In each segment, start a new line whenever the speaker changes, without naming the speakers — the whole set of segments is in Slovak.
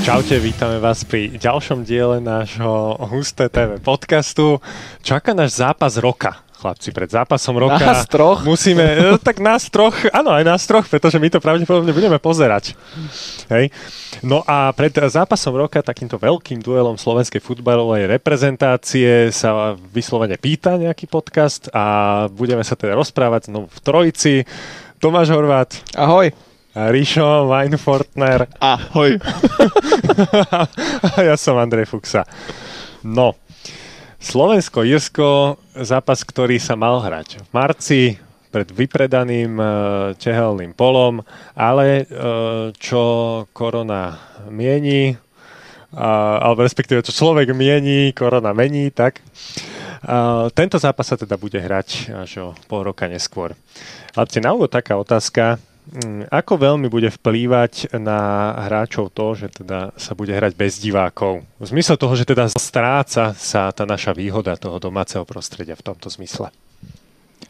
Čaute, vítame vás pri ďalšom diele nášho Husté TV podcastu. Čaká náš zápas roka. Chlapci, pred zápasom roka
Nás troch?
musíme, no, tak nás troch, áno, aj nás troch, pretože my to pravdepodobne budeme pozerať. Hej. No a pred zápasom roka takýmto veľkým duelom slovenskej futbalovej reprezentácie sa vyslovene pýta nejaký podcast a budeme sa teda rozprávať znovu v trojici. Tomáš Horvát,
Ahoj.
Ríšo Weinfortner
Ahoj.
A ja som Andrej Fuxa. No, Slovensko-Irsko, zápas, ktorý sa mal hrať v marci pred vypredaným eh, čehelným polom, ale eh, čo korona mieni, a, alebo respektíve čo človek mieni, korona mení, tak a, tento zápas sa teda bude hrať až o pol roka neskôr. Chlapci, na úvod taká otázka. Mm, Ako veľmi bude vplývať na hráčov to, že teda sa bude hrať bez divákov? V zmysle toho, že teda stráca sa tá naša výhoda toho domáceho prostredia v tomto zmysle.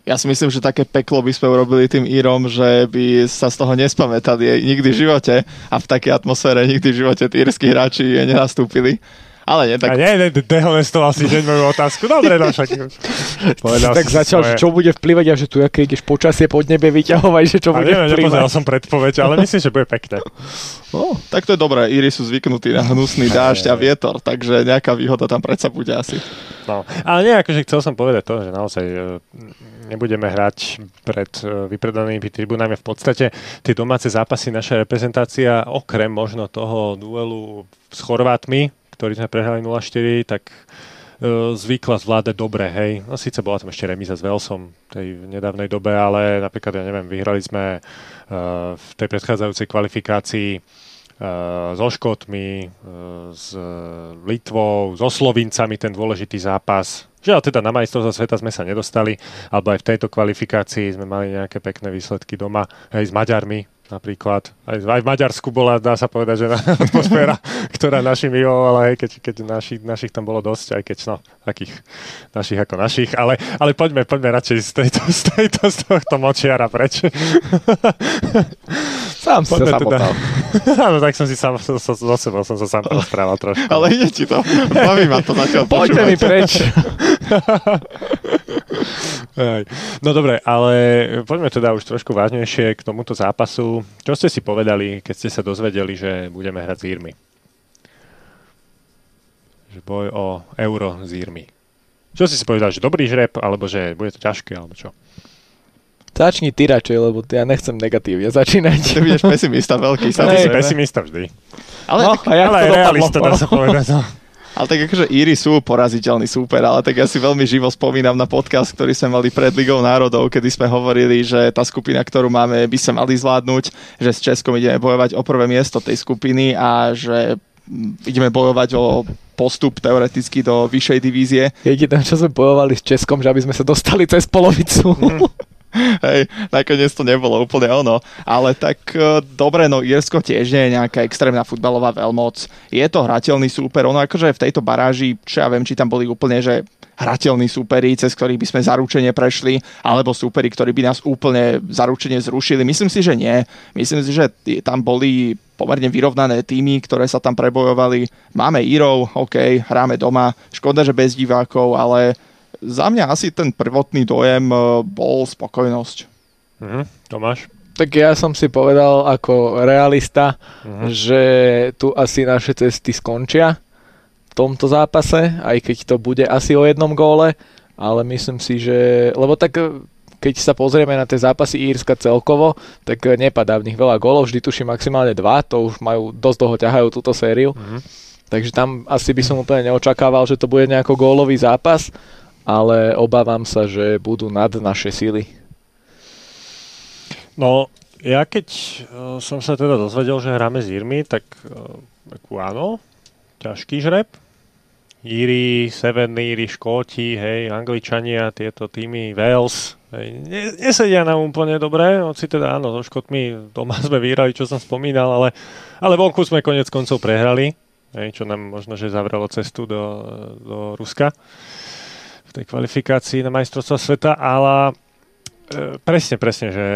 Ja si myslím, že také peklo by sme urobili tým Írom, že by sa z toho nespamätali jej nikdy v živote a v takej atmosfére nikdy v živote tí írsky hráči jej nenastúpili. Ale nie,
Tak... A
tak
nie, ne, dehonestoval si deň moju otázku. Dobre, no však. Povedal
tak
si
začal,
svoje.
že čo bude vplyvať a že tu aké ideš počasie pod nebe vyťahovať, že čo
A
bude
neviem, nepozeral
vplyvať.
som predpoveď, ale myslím, že bude pekné.
no, tak to je dobré. Íri sú zvyknutí na hnusný dážď a vietor, takže nejaká výhoda tam predsa bude asi.
No, ale nie, akože chcel som povedať to, že naozaj e, nebudeme hrať pred e, vypredanými tribunami. V podstate tie domáce zápasy naša reprezentácia, okrem možno toho duelu s Chorvátmi, ktorý sme prehrali 0-4, tak e, zvykla zvládať dobre, hej. No síce bola tam ešte remíza s Velsom v tej nedávnej dobe, ale napríklad, ja neviem, vyhrali sme e, v tej predchádzajúcej kvalifikácii eh, so Škótmi, eh, s Litvou, so Slovincami ten dôležitý zápas. Žiaľ, teda na majstrovstvo sveta sme sa nedostali, alebo aj v tejto kvalifikácii sme mali nejaké pekné výsledky doma, aj s Maďarmi napríklad. Aj, aj v Maďarsku bola, dá sa povedať, že na- atmosféra, ktorá našim vyhovovala, hej, keď, keď naši, našich tam bolo dosť, aj keď, no, takých našich ako našich, ale, ale poďme, poďme radšej z, tejto, z, tejto, z tohto močiara preč.
Sám si
Poďme
sa
teda.
samotal.
Áno, tak som si sám, so, so, so sebou som sa sám rozprával trošku.
Ale ide ti to. Baví ma to zatiaľ
Poďme mi
počúvať.
preč.
Aj. No dobre, ale poďme teda už trošku vážnejšie k tomuto zápasu. Čo ste si povedali, keď ste sa dozvedeli, že budeme hrať s Írmi? Že boj o euro s Írmi. Čo ste si povedali, že dobrý žreb, alebo že bude to ťažké, alebo čo?
Začni ty radšej, lebo ja nechcem negatívne
Ty
začínať.
budeš pesimista veľký.
Ty
Sa
Hej.
si pesimista vždy.
ale
No,
tak,
a jak
ale
to
aj
dopadlo?
realista, dá sa povedať. No.
Ale tak akože Íri sú poraziteľný súper, ale tak ja si veľmi živo spomínam na podcast, ktorý sme mali pred Ligou národov, kedy sme hovorili, že tá skupina, ktorú máme, by sa mali zvládnuť, že s Českom ideme bojovať o prvé miesto tej skupiny a že mm, ideme bojovať o postup teoreticky do vyššej divízie.
Jediné, čo sme bojovali s Českom, že aby sme sa dostali cez polovicu.
Mhm.
Hej, nakoniec to nebolo úplne ono. Ale tak e, dobre, no Írsko tiež nie je nejaká extrémna futbalová veľmoc. Je to hrateľný súper, ono akože v tejto baráži, čo ja viem, či tam boli úplne, že hrateľní súperi, cez ktorých by sme zaručene prešli, alebo súperi, ktorí by nás úplne zaručene zrušili. Myslím si, že nie. Myslím si, že t- tam boli pomerne vyrovnané týmy, ktoré sa tam prebojovali. Máme Írov, OK, hráme doma. Škoda, že bez divákov, ale za mňa asi ten prvotný dojem e, bol spokojnosť.
Mhm. Tomáš?
Tak ja som si povedal ako realista,
Mhm.
že tu asi naše cesty skončia v tomto zápase, aj keď to bude asi o jednom góle, ale myslím si, že... Lebo tak eh, keď sa pozrieme na tie zápasy Írska celkovo, tak eh, nepadá v nich veľa gólov, vždy tuším maximálne dva, to už majú, dosť dlho ťahajú túto sériu,
Mhm.
takže tam asi by som úplne neočakával, že to bude nejako gólový zápas, ale obávam sa, že budú nad naše síly.
No, ja keď uh, som sa teda dozvedel, že hráme s Írmi, tak uh, takú áno, ťažký žreb. Íri, Severní Íri, Škóti, hej, Angličania, tieto týmy, Wales, hej, ne, nesedia nám úplne dobre, hoci teda áno, so Škótmi doma sme vyhrali, čo som spomínal, ale, ale vonku sme konec koncov prehrali, hej, čo nám možno, že zavrelo cestu do, do Ruska v tej kvalifikácii na majstrovstva sveta, ale e, presne, presne, eh, že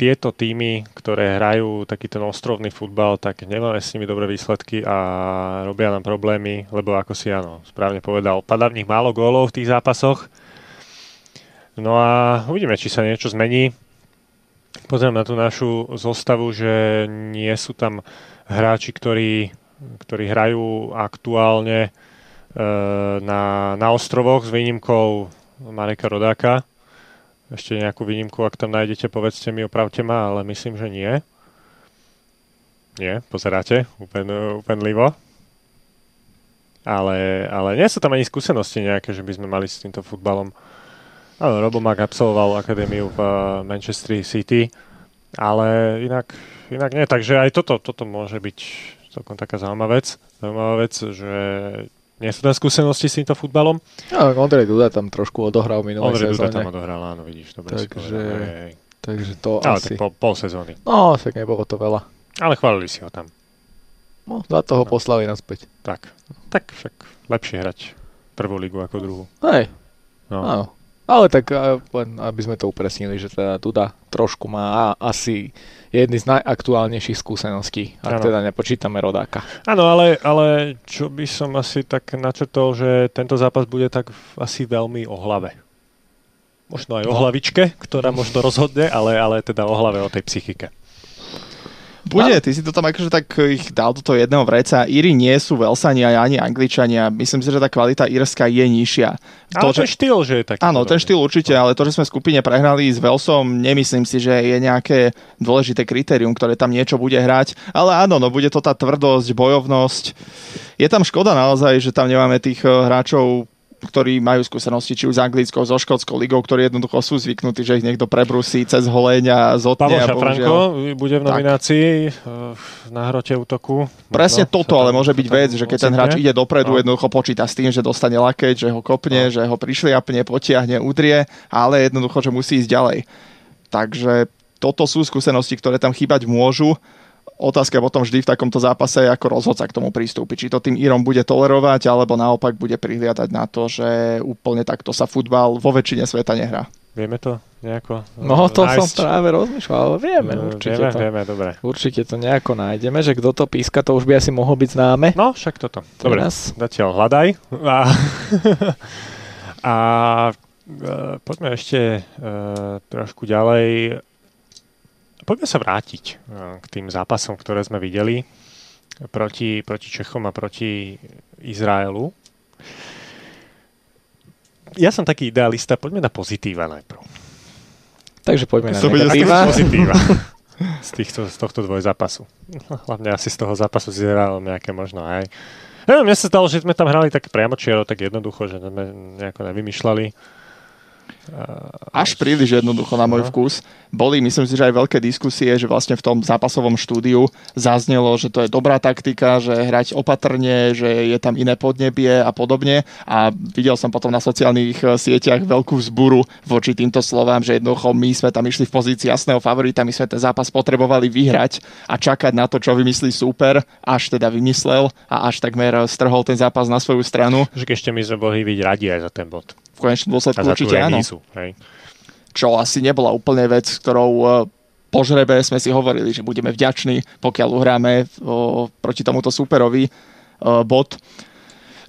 tieto týmy, ktoré hrajú taký ten ostrovný futbal, tak nemáme s nimi dobré výsledky a robia nám problémy, lebo ako si áno, správne povedal, padá v nich málo gólov v tých zápasoch. No a uvidíme, či sa niečo zmení. Pozriem na tú našu zostavu, že nie sú tam hráči, ktorí, ktorí hrajú aktuálne eh, na, na ostrovoch s výnimkou Mareka Rodáka. Ešte nejakú výnimku, ak tam nájdete, povedzte mi, opravte ma, ale myslím, že nie. Nie, pozeráte úplne, úplnlivo. Ale, ale nie sú tam ani skúsenosti nejaké, že by sme mali s týmto futbalom. Áno, Robo Mak absolvoval akadémiu v eh, Manchester City, ale inak, inak nie. Takže aj toto, toto môže byť celkom taká zaujímavá vec, zaujímavá vec že nie sú tam skúsenosti s týmto futbalom.
Ja, No, Ondrej Duda tam trošku odohral minulé
Ondrej Duda
sezóne.
tam odohral, áno, vidíš, dobre si
Takže-
povedal, hej, hej.
Takže to
Ale tak
asi.
pol, pol sezóny.
No, však nebolo to veľa.
Ale chválili si ho tam.
No, za toho poslali naspäť.
Tak. Tak však lepšie hrať prvú ligu ako druhú.
Hej,
No.
áno. Ale tak eh, len aby sme to upresnili, že teda Duda trošku má a- asi jedny z najaktuálnejších skúseností, ak
Áno.
teda nepočítame rodáka.
Áno, ale, ale čo by som asi tak načrtol, že tento zápas bude tak v- asi veľmi o hlave. Možno aj o hlavičke, ktorá možno rozhodne, ale, ale teda o hlave, o tej psychike.
Bude, ty si to tam akože tak ich dal do toho jedného vreca. Íry nie sú Velsania ani Angličania. Myslím si, že tá kvalita írska je nižšia.
Ale to, ten štýl, že je taký.
Áno,
podobný.
ten štýl určite, ale to, že sme v skupine prehrali s Velsom, nemyslím si, že je nejaké dôležité kritérium, ktoré tam niečo bude hrať. Ale áno, no bude to tá tvrdosť, bojovnosť. Je tam škoda naozaj, že tam nemáme tých eh, hráčov ktorí majú skúsenosti či už s anglickou, so škótskou ligou, ktorí jednoducho sú zvyknutí, že ich niekto prebrusí cez holeň a
Pavel
zotne. a
Šafranko
bohužiaľ-
bude v nominácii eh, na hrote útoku.
No, Presne
Možno
toto,
sa
ale
tam-
môže
sa
byť
tam
vec, že keď ten
ocitne.
hráč ide dopredu,
No.
jednoducho počíta s tým, že dostane lakeť, že ho kopne, že ho prišliapne, potiahne, udrie, ale jednoducho, že musí ísť ďalej. Takže toto sú skúsenosti, ktoré tam chýbať môžu. Otázka potom vždy v takomto zápase je, ako rozhodca k tomu prístupi. Či to tým Írom bude tolerovať, alebo naopak bude prihliadať na to, že úplne takto sa futbal vo väčšine sveta nehrá.
Vieme to nejako eh,
No, to som
nájsť?
práve rozmýšľal, ale vieme,
Eh,
určite
vieme,
to.
vieme, dobre.
Určite to nejako nájdeme, že kto to píska, to už by asi mohlo byť známe.
No, však toto. Dobre,
Teraz.
zatiaľ hľadaj. A, a e, poďme ešte e, trošku ďalej. Poďme sa vrátiť e, k tým zápasom, ktoré sme videli proti, proti Čechom a proti Izraelu. Ja som taký idealista, poďme na pozitíva najprv.
Takže poďme na
To bude
negatíva.
Iba?
Pozitíva. Z, týchto, z tohto dvojzápasu. No, Hlavne asi z toho zápasu s Izraelom nejaké možno aj. Ja, mne sa zdalo, že sme tam hrali tak priamočiaro, tak jednoducho, že sme nejako nevymýšľali.
až príliš jednoducho na môj
No.
vkus. Boli, myslím si, že aj veľké diskusie, že vlastne v tom zápasovom štúdiu zaznelo, že to je dobrá taktika, že hrať opatrne, že je tam iné podnebie a podobne. A videl som potom na sociálnych eh, sieťach veľkú vzburu voči týmto slovám, že jednoducho my sme tam išli v pozícii jasného favorita, my sme ten zápas potrebovali vyhrať a čakať na to, čo vymyslí súper, až teda vymyslel a až takmer eh, strhol ten zápas na svoju stranu.
Že ešte my sme boli byť radi aj za ten bod.
V konečnom dôsledku
A za tú
určite áno.
remízu. Hej.
čo asi nebola úplne vec, ktorou e, po žrebe sme si hovorili, že budeme vďační, pokiaľ uhráme o, proti tomuto superovi e, bod.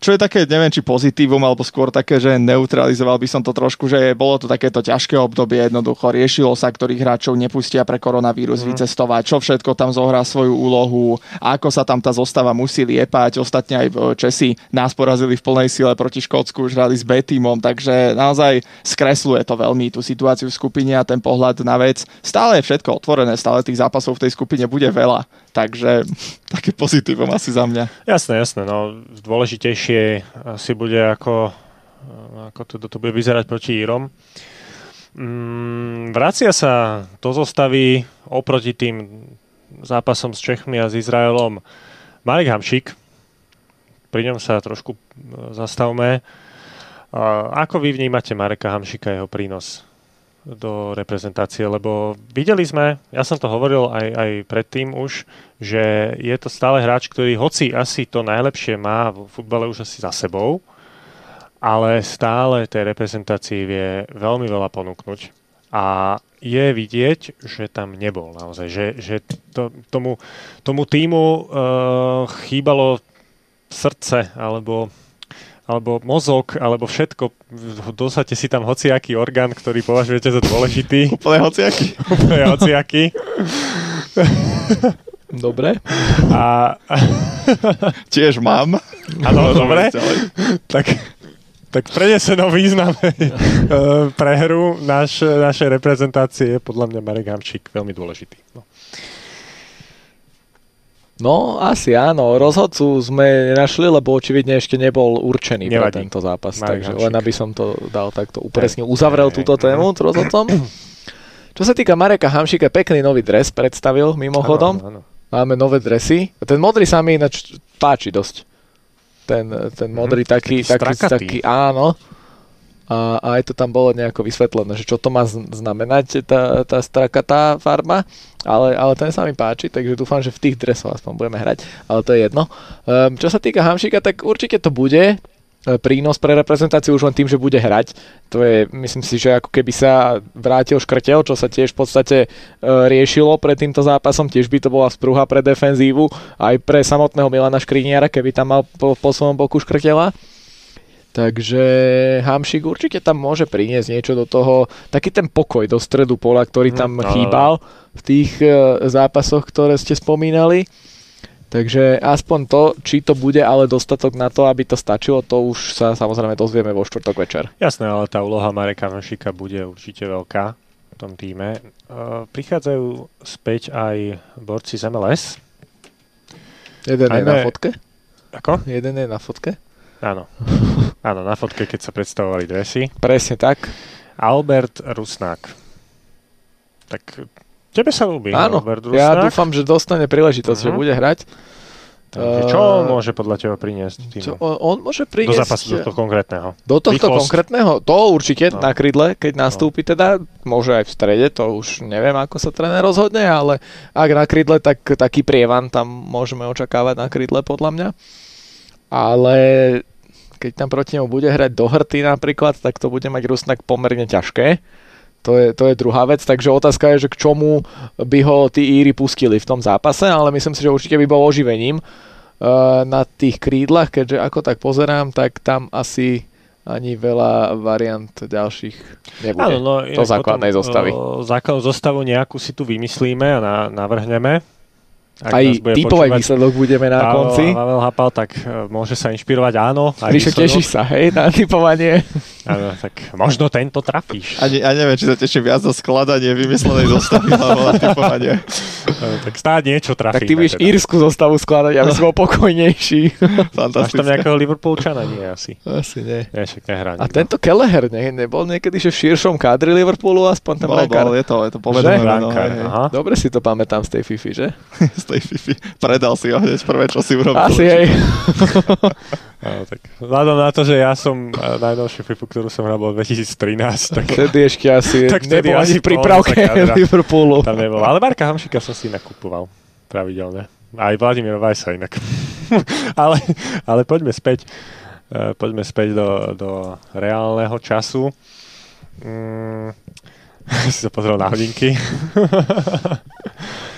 Čo je také, neviem, či pozitívum, alebo skôr také, že neutralizoval by som to trošku, že bolo to takéto ťažké obdobie, jednoducho riešilo sa, ktorých hráčov nepustia pre koronavírus mm. vycestovať, čo všetko tam zohrá svoju úlohu, ako sa tam tá zostava musí liepať. Ostatne aj e, Česi nás porazili v plnej sile proti Škótsku, už hrali s B týmom, takže naozaj skresluje to veľmi tú situáciu v skupine a ten pohľad na vec. Stále je všetko otvorené, stále tých zápasov v tej skupine bude veľa, takže také pozitívum asi za mňa.
Jasné, jasné. No, dôležitejšie asi bude, ako, ako to, to bude vyzerať proti Írom. Mm, vracia sa do zostavy oproti tým zápasom s Čechmi a s Izraelom Marek Hamšík. Pri ňom sa trošku e, zastavme. A Ako vy vnímate Mareka Hamšíka a jeho prínos do reprezentácie? Lebo videli sme, ja som to hovoril aj, aj predtým už, že je to stále hráč, ktorý hoci asi to najlepšie má v futbale už asi za sebou, ale stále tej reprezentácii vie veľmi veľa ponúknuť. a je vidieť, že tam nebol naozaj, že, že to, tomu, tomu týmu uh, chýbalo srdce alebo, alebo mozog, alebo všetko. Dosadte si tam hociaký orgán, ktorý považujete za dôležitý.
Úplne hociaký.
Úplne hociaký.
Dobre.
A
Tiež mám.
áno, dobre.
Ďalej.
Tak, tak prenesenou význame
No.
eh, pre hru naš, našej reprezentácie je podľa mňa Marek Hamčík veľmi dôležitý. No.
No, asi áno. Rozhodcu sme nenašli, lebo očevidne ešte nebol určený
Nevadí.
pre tento zápas.
Marek
takže
Hamšík.
len aby som to dal takto upresne uzavrel
hej,
túto
hej.
tému s rozhodcom. Čo sa týka Mareka Hamšika, pekný nový dres predstavil mimochodom.
Áno, áno.
Máme nové dresy. Ten modrý sa mi ináč páči dosť. Ten, ten modrý taký,
taký
taký,
strakatý.
taký, áno. A, a aj to tam bolo nejako vysvetlené, že čo to má z- znamenať tá, tá strakatá farma, ale, ale ten sa mi páči, takže dúfam, že v tých dresoch aspoň budeme hrať, ale to je jedno. Um, čo sa týka Hamšika, tak určite to bude e, prínos pre reprezentáciu už len tým, že bude hrať. To je, myslím si, že ako keby sa vrátil škrtel, čo sa tiež v podstate e, riešilo pred týmto zápasom, tiež by to bola sprúha pre defenzívu, aj pre samotného Milana Škriniara, keby tam mal po, po svojom boku škrtela. Takže Hamšik určite tam môže priniesť niečo do toho, taký ten pokoj do stredu pola, ktorý
Mm,
tam
áno.
chýbal v tých e, zápasoch, ktoré ste spomínali. Takže aspoň to, či to bude ale dostatok na to, aby to stačilo, to už sa samozrejme dozvieme vo štvrtok večer.
Jasné, ale tá úloha Mareka Hamšíka bude určite veľká v tom týme. E, Prichádzajú späť aj borci z MLS.
Jeden
Aj
je na
ne.
fotke?
Ako?
Jeden je na fotke?
Áno. Áno, na fotke, keď sa predstavovali dresy.
Presne tak.
Albert Rusnák. Tak tebe sa ľúbi
Áno,
Albert Rusnák.
ja dúfam, že dostane príležitosť, že
Mhm.
bude hrať.
Takže čo
Eh,
on môže podľa teba priniesť
Čo,
týmu?
on, on môže
Do
priniesť...
zápasu do toho konkrétneho.
Do tohto
Rýchlosť.
konkrétneho, to určite
No.
na krydle, keď nastúpi teda, môže aj v strede, to už neviem, ako sa tréner rozhodne, ale ak na krydle, tak taký prievan tam môžeme očakávať na krydle podľa mňa. Ale keď tam proti nemu bude hrať do hrty napríklad, tak to bude mať Rusnak pomerne ťažké. To je, to je druhá vec, takže otázka je, že k čomu by ho tí Íry pustili v tom zápase, ale myslím si, že určite by bol oživením eh, na tých krídlach, keďže ako tak pozerám, tak tam asi ani veľa variant ďalších nebude.
Áno, no,
do základnej zostavy.
O, základnú zostavu nejakú si tu vymyslíme a na, navrhneme. Ak
Aj
nás bude
typový
počúvať
výsledok budeme na
Pavel-
konci.
Pavel Hapal, tak e, môže sa inšpirovať, áno. aj
Ríšo,
výsledok.
tešíš sa, hej, na typovanie.
Áno, tak možno tento trafíš.
A, ne, a neviem, či sa teším viac na skladanie vymyslenej zostavy, alebo na typovanie.
E, tak snáď niečo trafíme.
Tak ty budeš
teda.
írsku zostavu skladať, aby si bol pokojnejší.
Máš tam
Fantastické.
nejakého Liverpoolčana? Nie, asi.
Asi nie.
Nie, však nehrá.
A
nikto.
tento Kelleher ne, nebol niekedy že v širšom kádri Liverpoolu, aspoň ten
Bol, bol,
brankár.
je to, je to povedané.
Že?
meno,
Brankár,
hej, hej.
aha.
Dobre si to pamätám z tej Fifi, že?
Z tej Fifi. Predal si ho hneď prvé, čo si urobil.
Asi hej.
Áno, tak vzhľadom na to, že ja som e, najnovšiu FIFU, ktorú som hral, bol 2013, tak
Vtedy ešte asi
Tak vtedy
nebol
asi
ani v
bola
prípravke
za kádra.
Liverpoolu.
tam nebolo. Ale Marka Hamšika som si nakupoval pravidelne. Aj Vladimír Vajsa inak. ale, ale poďme späť, e, poďme späť do, do reálneho času. Mm, si sa pozrel na hodinky.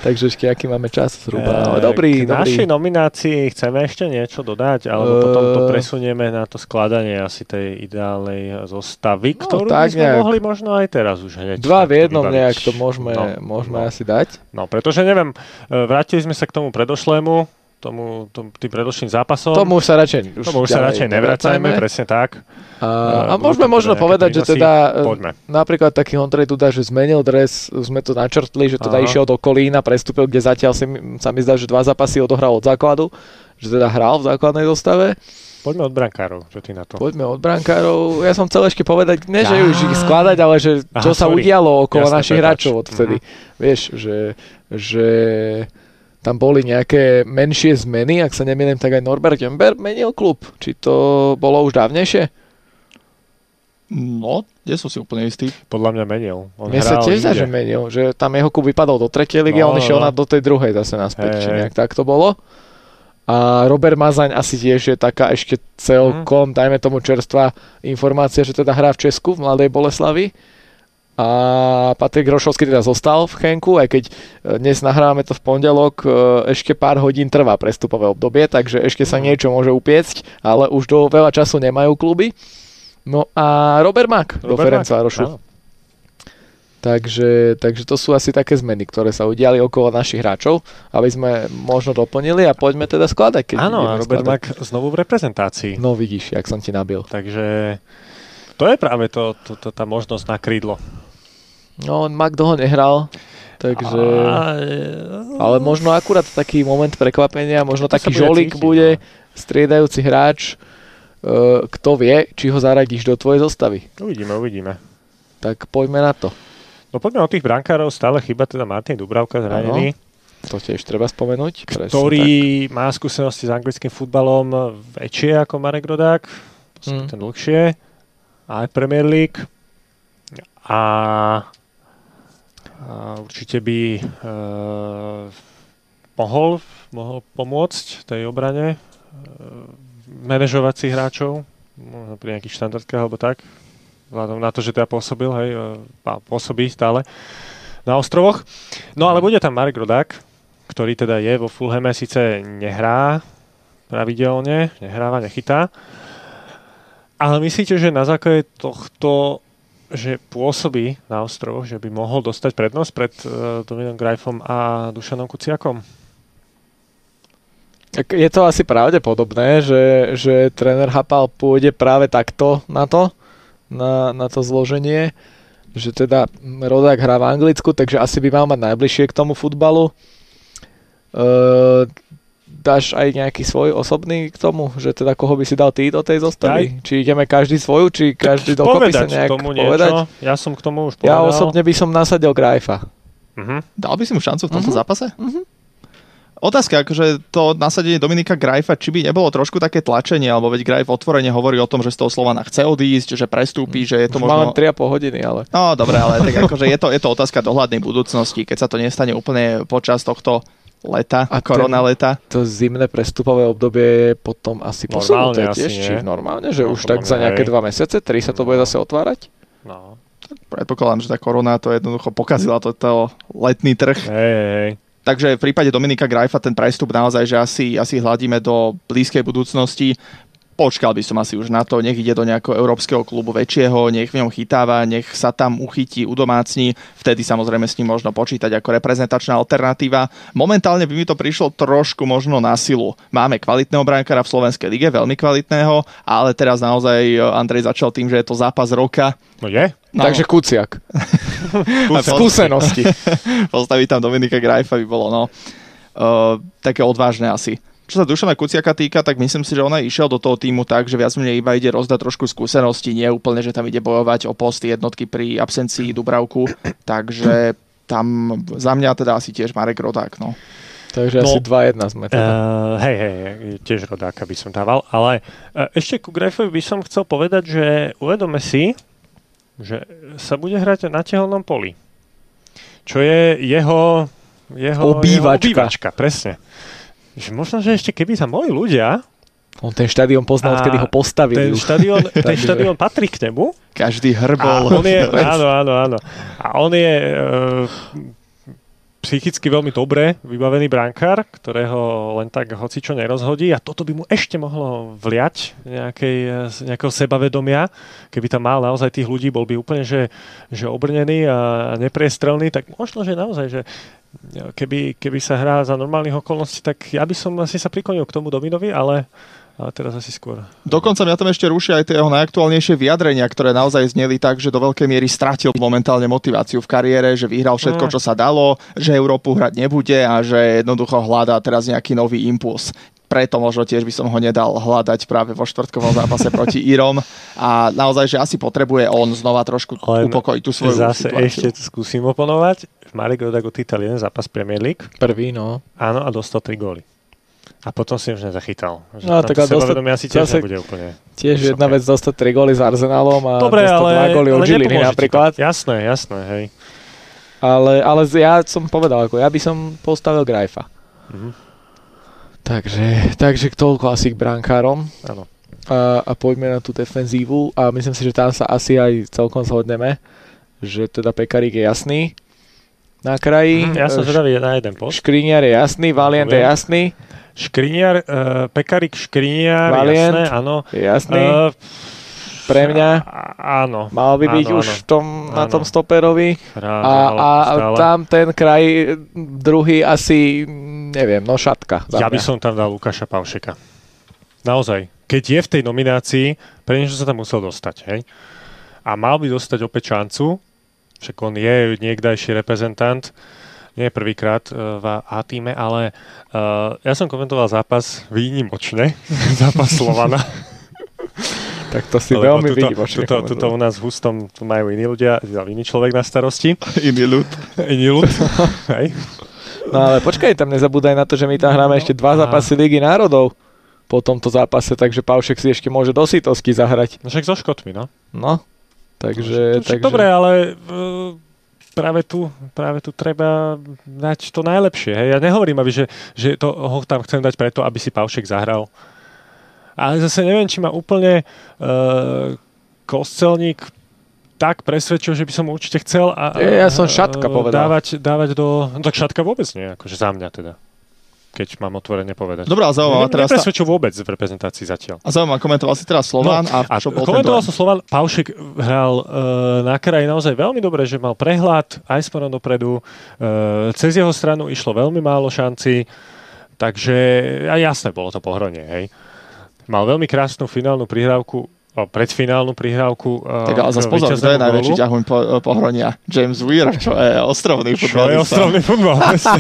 Takže ešte aký máme čas zhruba. Ale
E,
dobrý,
K našej
dobrý.
nominácii chceme ešte niečo dodať, alebo
E,
potom to presunieme na to skladanie asi tej ideálnej zostavy,
No,
ktorú by
tak
sme
nejak.
mohli možno aj teraz už hneď.
Dva
takto
v jednom
vybaviť.
nejak to môžeme, môžeme
no.
asi dať.
No, pretože neviem, e, vrátili sme sa k tomu predošlému, tomu, tom, tým predošlým zápasom.
Tomu už sa radšej,
No. Tomu už sa
ďalej
radšej nevracajme, presne tak.
A,
E,
a
budú
môžeme
tam
možno
teda nejaké
povedať, že
prínosy.
teda e,
Poďme.
Napríklad taký Ondrej Duda, že zmenil dres, sme to načrtli, že
Aha.
teda išiel do Kolína, prestúpil, kde zatiaľ si, mi- sa mi zdá, že dva zápasy odohral od základu, že teda hral v základnej zostave.
Poďme od brankárov, čo ty na to.
Poďme od brankárov. Ja som chcel ešte povedať, ne,
Á.
že už ich skladať, ale že
Aha,
čo sa
sorry.
udialo okolo
Jasné,
našich
prepáč. Mhm.
hráčov odvtedy. Vieš, že, že tam boli nejaké menšie zmeny, ak sa nemýlim, tak aj Norbert Jember menil klub. Či to bolo už dávnejšie?
No, nie som si úplne istý.
Podľa mňa menil. On
Mne sa
hral
tiež zdá,
inde.
že menil, že tam jeho klub vypadol do tretej ligy
No,
a on
no,
išiel
no.
na, do tej druhej zase
Hej,
naspäť, či
hej.
nejak tak to bolo. A Robert Mazaň asi tiež je taká ešte
Mhm.
celkom, dajme tomu čerstvá informácia, že teda hrá v Česku, v Mladej Boleslavi A Patrik Rošovský teda zostal v Chenku, aj keď e, dnes nahrávame to v pondelok, e, ešte pár hodín trvá prestupové obdobie, takže ešte
Mhm.
sa niečo môže upiecť, ale už do veľa času nemajú kluby. No a Robert Mak do
Robert Mak,
Ferenc Várošu.
áno.
Takže, takže to sú asi také zmeny, ktoré sa udiali okolo našich hráčov, aby sme možno doplnili a poďme teda skladať. Keď
Áno, a
ideme
Robert Mak
skladať.
znovu v reprezentácii.
No vidíš, jak som ti nabil.
Takže to je práve to, to, to, tá možnosť na krídlo.
No, on Mak dlho nehral, takže... Ale možno akurát taký moment prekvapenia, možno
To sa
taký
bude
žolík
cítiť, no.
bude, striedajúci hráč, e, kto vie, či ho zaradíš do tvojej zostavy.
e, Uvidíme, uvidíme.
Tak poďme na to.
No poďme od tých brankárov, stále chyba teda Martin Dubravka zranený.
To tiež treba spomenúť. presne
ktorý má skúsenosti s anglickým futbalom väčšie ako Marek Rodák,
Mm.
mm. ten dlhšie, aj Premier League a, a určite by e, mohol, mohol pomôcť tej obrane e, manažovať si hráčov možno pri nejakých štandardkách alebo tak vzhľadom na to, že teda pôsobil, hej, e, a pôsobí stále na ostrovoch. No ale bude tam Marek Rodák, ktorý teda je vo Fulhame, síce nehrá pravidelne, nehráva, nechytá, ale myslíte, že na základe tohto, že pôsobí na ostrovoch, že by mohol dostať prednosť pred uh, Dominom Greifom a Dušanom Kuciakom?
Tak je to asi pravdepodobné, že, že tréner Hapal pôjde práve takto na to, na, na to zloženie, že teda Rodák hrá v Anglicku, takže asi by mal mať najbližšie k tomu futbalu. E, dáš aj nejaký svoj osobný k tomu, že teda koho by si dal ty do tej zostavy? Či ideme každý svoju, či každý dokopy sa nejak
tomu
povedať?
niečo. Ja som k tomu už povedal.
Ja osobne by som nasadil Grajfa.
Mhm.
Dal by si mu šancu v tomto
Mhm.
zápase? Otázka, akože to nasadenie Dominika Grajfa, či by nebolo trošku také tlačenie, alebo veď Grajf otvorene hovorí o tom, že z toho Slovana chce odísť, že prestúpi, že je to
Už mám
možno...
len 3,5 hodiny, ale...
No dobre, ale tak akože je to, je to otázka dohľadnej budúcnosti, keď sa to nestane úplne počas tohto leta,
A
a
ten-
korona leta.
to zimné prestupové obdobie je potom asi
Normálne
posunuté
asi,
tiež,
nie?
či normálne, že
No,
už
podľa
tak za
mňa,
nejaké
hej.
dva mesiace, tri sa to bude zase otvárať?
No.
Predpokladám, že tá korona to jednoducho pokazila toto letný trh.
Hej, hej, hej.
Takže v prípade Dominika Grajfa ten prestup naozaj, že asi, asi hľadíme do blízkej budúcnosti. Počkal by som asi už na to, nech ide do nejakého európskeho klubu väčšieho, nech v ňom chytáva, nech sa tam uchytí, udomácni. Vtedy samozrejme s ním možno počítať ako reprezentačná alternatíva. Momentálne by mi to prišlo trošku možno na silu. Máme kvalitného brankára v Slovenskej lige, veľmi kvalitného, ale teraz naozaj e, Andrej začal tým, že je to zápas roka.
No je?
No,
Takže Kuciak. Skúsenosti.
postaviť tam Dominika Grajfa by bolo, no. Uh, také odvážne asi. Čo sa Dušana Kuciaka týka, tak myslím si, že ona išiel do toho týmu tak, že viac menej iba ide rozdať trošku skúsenosti, nie úplne, že tam ide bojovať o posty jednotky pri absencii Dubravku, takže tam za mňa teda asi tiež Marek Rodák, no.
No.
Takže asi 2-1 sme teda.
Uh, hej, hej, tiež rodáka by som dával, ale uh, ešte ku Grefovi by som chcel povedať, že uvedome si, že sa bude hrať na tehelnom poli, čo je jeho, jeho,
Obývačka.
jeho obývačka. Presne. Že možno, že ešte keby tam boli ľudia,
On ten štadión poznal,
A
odkedy ho postavili.
ten
už.
štadión, ten
Takže-
štadión patrí k nemu
Každý
a
hrbol.
on je, áno, áno, áno. A on je uh, psychicky veľmi dobre vybavený brankár, ktorého len tak hocičo nerozhodí a toto by mu ešte mohlo vliať nejakej, eh, z nejakého sebavedomia. Keby tam mal naozaj tých ľudí, bol by úplne že, že obrnený a nepriestrelný, tak možno, že naozaj, že e, keby, keby sa hrá za normálnych okolností, tak ja by som asi sa priklonil k tomu Dominovi, ale, ale teraz asi skôr.
Dokonca mňa tam ešte rušia aj tie jeho najaktuálnejšie vyjadrenia, ktoré naozaj zneli tak, že do veľkej miery stratil momentálne motiváciu v kariére, že vyhral všetko,
Mm.
čo sa dalo, že Európu hrať nebude a že jednoducho hľadá teraz nejaký nový impuls. Preto možno tiež by som ho nedal hľadať práve vo štvrtkovom zápase proti Írom a naozaj, že asi potrebuje on znova trošku
Len
upokojiť tú svoju
Zase ešte
situáciu.
tu skúsim oponovať. Marek Rodak odchytal jeden zápas Premier League,
Prvý, no.
áno, a dostal 3 góly. A potom si už nezachytal. Že
No,
no,
tak
tak
a dostal-
asi tiež
zase-
nebude úplne.
Tiež
Vysoko.
jedna vec dostať 3 góly s Arsenalom a
Dobre,
dostať
ale,
2 góly od
ale
Žiliny
nepomôže ti to.
napríklad.
Jasné, jasné, hej.
Ale, ale z- ja som povedal, ako ja by som postavil Grajfa.
Mhm.
Takže, takže toľko asi k brankárom.
Áno.
a, a poďme na tú defenzívu a myslím si, že tam sa asi aj celkom zhodneme, že teda Pekarík je jasný na kraji.
Mhm, Ja som
eh, Š-
zvedavý na jeden post.
Škriniar je jasný, Valiant je
Viem.
jasný,
Škriniar, uh, Pekarik Škriniar,
Valiant.
jasné, áno.
je jasný.
Eh,
Pre mňa.
a- Áno.
Mal by byť
áno,
už v tom, na
Áno.
tom stoperovi.
Hrá,
A, a
stále.
tam ten kraj druhý asi, mm, neviem, no šatka. za
Ja by
mňa.
som tam dal Lukáša Pavšeka. Naozaj. Keď je v tej nominácii, pre niečo sa tam musel dostať, hej? A mal by dostať opäť šancu, však on je niekdajší reprezentant, nie prvýkrát eh, v A týme, ale eh, ja som komentoval zápas výnimočne, zápas Slovana.
Tak to si
Lebo
veľmi
tuto-
výnimočne
tuto, tuto
komentoval.
u nás v Hustom tu majú iní ľudia, iný človek na starosti,
Iný ľud.
iný ľud. hej?
No ale počkaj, tam nezabúdaj na to, že my tam
No.
hráme ešte dva
a-
zápasy Ligy národov po tomto zápase, takže Pavšek si ešte môže do sitosky zahrať.
No Však so Škotmi, no.
No, takže...
Však
takže
Dobre, ale eh, práve tu, práve tu treba dať to najlepšie. Hej. Ja nehovorím, aby, že, že to ho tam chcem dať preto, aby si Pavšek zahral. Ale zase neviem, či ma úplne uh, kostelník tak presvedčil, že by som určite chcel a,
Ja som Šatka
eh,
povedal.
dávať, dávať do... No tak šatka vôbec nie, akože za mňa teda. Keď mám otvorene povedať.
Dobre,
no,
ale zaujímavá
Ne-
teraz tá...
Nepresvedčil vôbec v reprezentácii zatiaľ.
A zaujímavá, komentoval si teraz Slován
No,
a
A
čo bol ten
komentoval
dojem?
som Slovan, Paušek hral e, na kraji naozaj veľmi dobre, že mal prehľad aj smerom dopredu. E, cez jeho stranu išlo veľmi málo šanci, takže a jasné, bolo to pohronie. Hej. Mal veľmi krásnu finálnu prihrávku, o, predfinálnu prihrávku. e,
Tak ale
k
zase pozor, kto je
víťaznému
najväčší
gólu.
ťahuň po, eh, pohronia? James Weir, čo je ostrovný
Čo je
futbalista.
ostrovný futbal. presne.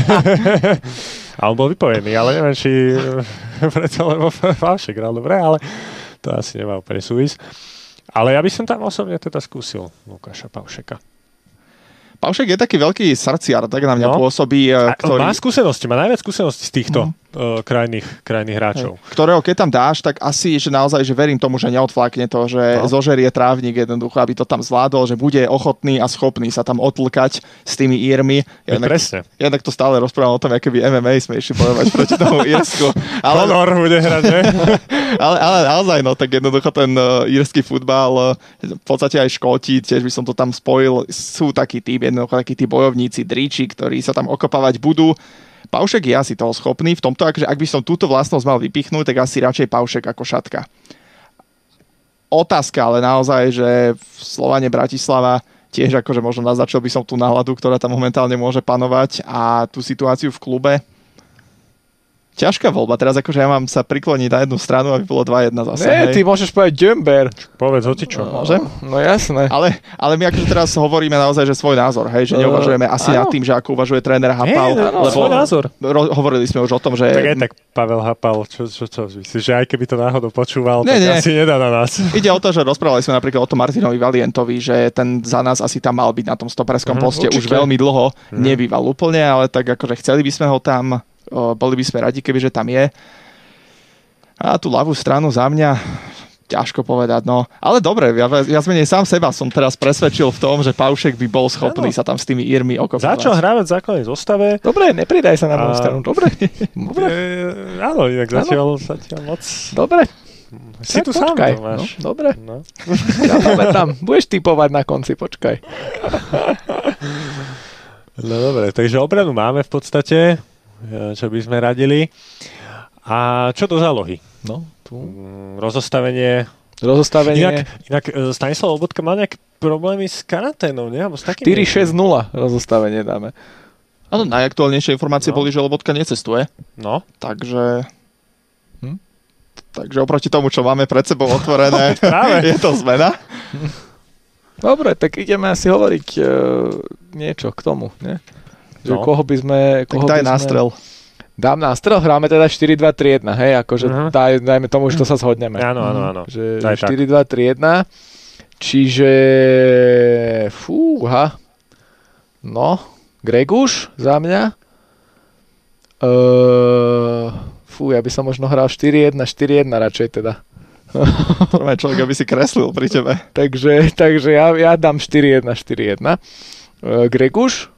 a on bol vypojený, ale neviem, či eh, preto lebo Fášek hral dobre, ale to asi nemá úplne súvis. Ale ja by som tam osobne teda skúsil Lukáša Pavšeka.
Pavšek je taký veľký srdciar, tak na mňa
No.
pôsobí,
A
e, ktorý,
Má skúsenosti, má najviac skúsenosti z týchto
Mhm.
eh, krajných, krajných hráčov.
ktorého keď tam dáš, tak asi, že naozaj, že verím tomu, že neodflakne to, že
No.
no. zožerie trávnik jednoducho, aby to tam zvládol, že bude ochotný a schopný sa tam otlkať s tými írmi.
Veď
Jednak,
presne.
jednak to stále rozprávam o tom, aké by MMA sme išli bojovať proti tomu Írsku. Ale,
Honor bude hrať, že?
ale, ale naozaj, no tak jednoducho ten uh, írsky futbal, uh, v podstate aj Škóti, tiež by som to tam spojil, sú taký typ, jednoducho takí tí bojovníci, driči, ktorí sa tam okopávať budú. Paušek je asi toho schopný, v tomto, akože ak by som túto vlastnosť mal vypichnúť, tak asi radšej Paušek ako Šatka. Otázka, ale naozaj, že v Slovane Bratislava tiež akože možno naznačil by som tú náladu, ktorá tam momentálne môže panovať a tú situáciu v klube. Ťažká voľba. Teraz akože ja mám sa prikloniť na jednu stranu, aby bolo 2-1 zase.
Nie,
hej.
ty môžeš povedať Dömber.
Povedz hotičo.
Môžem?
No jasné.
Ale, ale my akože teraz hovoríme naozaj, že svoj názor, hej,
Eh,
že neuvažujeme
Uh,
asi
áno.
nad tým, že ako uvažuje tréner Hapal,
Nie, no, no,
lebo
svoj názor.
ro- hovorili sme už o tom, že...
Tak aj tak Pavel Hapal, čo, čo, čo, myslíš, že aj keby to náhodou počúval,
Nie,
tak
nie.
asi nedá na nás.
Ide o to, že rozprávali sme napríklad o tom Martinovi Valientovi, že ten za nás asi tam mal byť na tom stoperskom
Mhm,
poste už
určite. Mhm.
veľmi dlho, nebýval úplne, ale tak akože chceli by sme ho tam, o, boli by sme radi, keby že tam je. A tú ľavú stranu za mňa ťažko povedať, no. Ale dobre, ja, ja menej sám seba som teraz presvedčil v tom, že Paušek by bol schopný
Áno.
sa tam s tými Irmi okopávať.
Začal hrávať v základnej zostave,
Dobre, nepridaj sa na moju
A-
stranu. Dobre, dobre,
E, áno, inak
Áno.
zatiaľ, zatiaľ moc...
dobre.
Si
Tak
tu sám
počkaj.
to máš.
No, dobre,
No.
ja pamätám. Budeš typovať na konci, počkaj.
no dobre, takže obranu máme v podstate, e, čo by sme radili. A čo do zálohy?
No, tu.
Mm, Rozostavenie.
Rozostavenie
Inak, inak e, Stanislav Obotka má nejaké problémy s karanténou, nie? Alebo s takým
4-6-0 rozostavenie dáme.
Áno, najaktuálnejšie informácie
No.
boli, že Lobotka necestuje,
No,
takže...
Hm?
Takže oproti tomu, čo máme pred sebou otvorené,
práve.
je to zmena.
Dobre, tak ideme asi hovoriť e, niečo k tomu, nie? Že
No.
koho by sme...
Tak
Koho
daj
by sme...
nástrel.
Dám nástrel, hráme teda 4-2-3-1, hej, akože
Mhm.
uh-huh. daj, dajme tomu, že to sa zhodneme.
Áno, áno, áno.
Že
Aj tak.
4, 2, 3, 1. Čiže... Fúha. No, Greguš za mňa. Uh, fú, ja by som možno hral 4-1, 4-1 radšej teda.
Prvé človek, aby si kreslil pri tebe.
Takže, takže ja, ja dám 4-1, 4-1. Uh, Greguš,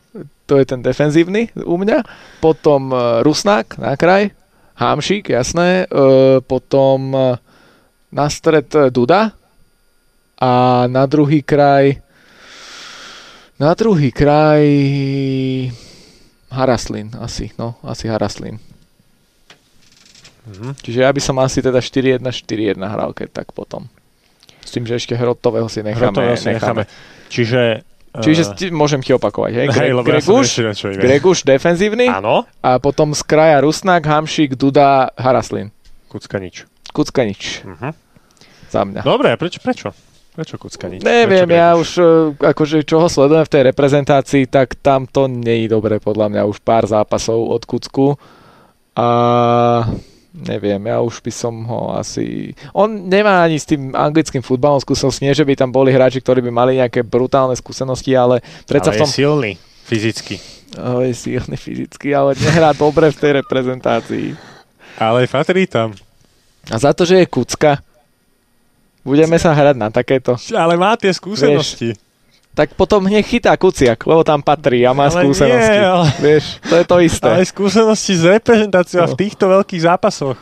to je ten defenzívny u mňa. Potom uh, Rusnák na kraj. Hamšík, jasné. Uh, potom uh, na e, stred uh, Duda. A na druhý kraj Na druhý kraj Haraslin asi, no, asi Haraslin.
Mhm.
Čiže ja by som asi teda 4-1, 4-1 hral, keď tak potom. S tým, že ešte hrotového si necháme.
Hrotového si necháme. Čiže... eh,
Čiže ti, môžem ti opakovať, hej? Gre-
hej, lebo ja som
Greguš,
ešte niečo iné.
Greguš defenzívny
Áno,
a potom z kraja Rusnak, Hamšík, Duda, Haraslin.
kucka nič.
Kuckanič
Mhm.
za mňa.
Dobre, a prečo, prečo? Prečo kucka No, nič?
Neviem,
prečo
ja
Greguš?
už eh, akože čoho sledujem v tej reprezentácii, tak tam to nie je dobre podľa mňa už pár zápasov od Kucku a neviem, ja už by som ho asi... On nemá ani s tým anglickým futbalom skúsenosť, nie že by tam boli hráči, ktorí by mali nejaké brutálne skúsenosti, ale predsa
Ale
v tom...
je silný, fyzicky.
Ale je silný fyzicky, ale nehrá dobre v tej reprezentácii.
Ale patrí tam.
A za to, že je kucka, budeme sa hrať na takéto.
Ale má tie skúsenosti.
Tak potom nech chytá kuciak, lebo tam patrí a má
ale
skúsenosti.
Nie, ale,
Vieš, to je to isté.
ale skúsenosti z reprezentáciou a v
No.
týchto veľkých zápasoch.